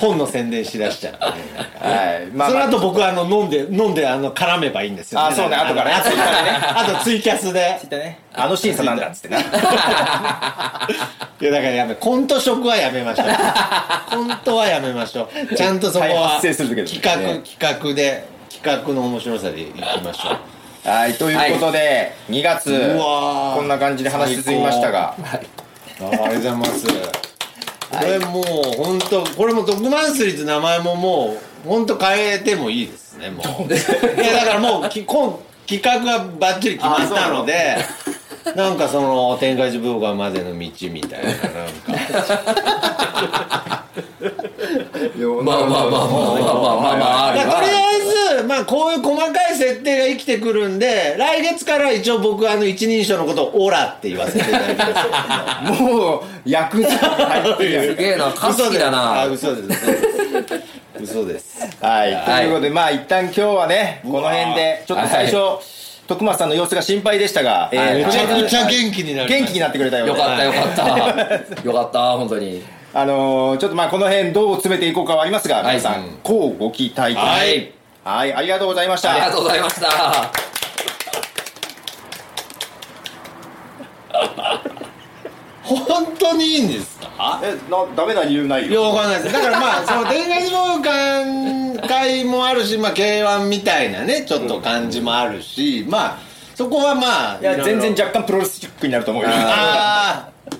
Speaker 1: 本の宣伝しだしちゃってねなんか
Speaker 2: はいまあ
Speaker 1: その
Speaker 2: まあ
Speaker 1: 後僕はあの飲んで飲んであの絡めばいいんですよ、
Speaker 2: あそうね後からね
Speaker 1: あとからねあとツイキャスで
Speaker 2: あの審査なんだっつってね
Speaker 1: いやだからやめコント職はやめましょう コントはやめましょうちゃんとそこ
Speaker 2: はい
Speaker 1: は
Speaker 2: 発生
Speaker 1: 企
Speaker 2: するけど
Speaker 1: 画
Speaker 2: ね
Speaker 1: 企画で企画の面白さでいきましょう
Speaker 2: はいということで、2月
Speaker 1: うわー
Speaker 2: こんな感じで話し進みましたが
Speaker 1: あーありがとうございますこれもう本当これも「ドッグマンスリー」って名前ももう本当変えてもいいですねもういやだからもうきこん企画がバッチリ決まったのでなんかその天下一武道館までの道みたいななんか
Speaker 3: まあまあまあまあまあまあまあまああ
Speaker 1: いや
Speaker 3: るよ
Speaker 1: とりあえず、まあ、こういう細かい設定が生きてくるんで来月から一応僕あの一人称のことを「オラ」って言わせていただきます
Speaker 2: もう役作り入ってるやん
Speaker 3: すげえな歌
Speaker 1: 嘘
Speaker 3: 詞
Speaker 1: です
Speaker 3: だな
Speaker 1: あ嘘です嘘です嘘です
Speaker 2: はい、
Speaker 3: はい
Speaker 2: ということでまあ一旦今日はねこの辺でちょっと最初、徳松さんの様子が心配でしたが、 え
Speaker 3: はい
Speaker 2: ー
Speaker 1: めちゃくちゃ元気になる
Speaker 2: 元気になってくれたようで
Speaker 3: よかったよかったよかった本当に
Speaker 2: あのーちょっとまあこの辺どう詰めていこうかはありますが
Speaker 3: はい
Speaker 2: 皆さん、こうご期待
Speaker 1: はい
Speaker 2: はいありがとうございました
Speaker 3: ありがとうございました
Speaker 1: 本当にいいんですか
Speaker 2: えなダメな理由ない
Speaker 1: いや
Speaker 2: よ
Speaker 1: わかんないですだからまあその天外自動会もあるし、まあ、K1 みたいなねちょっと感じもあるし、まあそこはまあ
Speaker 2: いや
Speaker 1: ろろ
Speaker 2: 全然若干プロレスチックになると思うよ
Speaker 1: ああ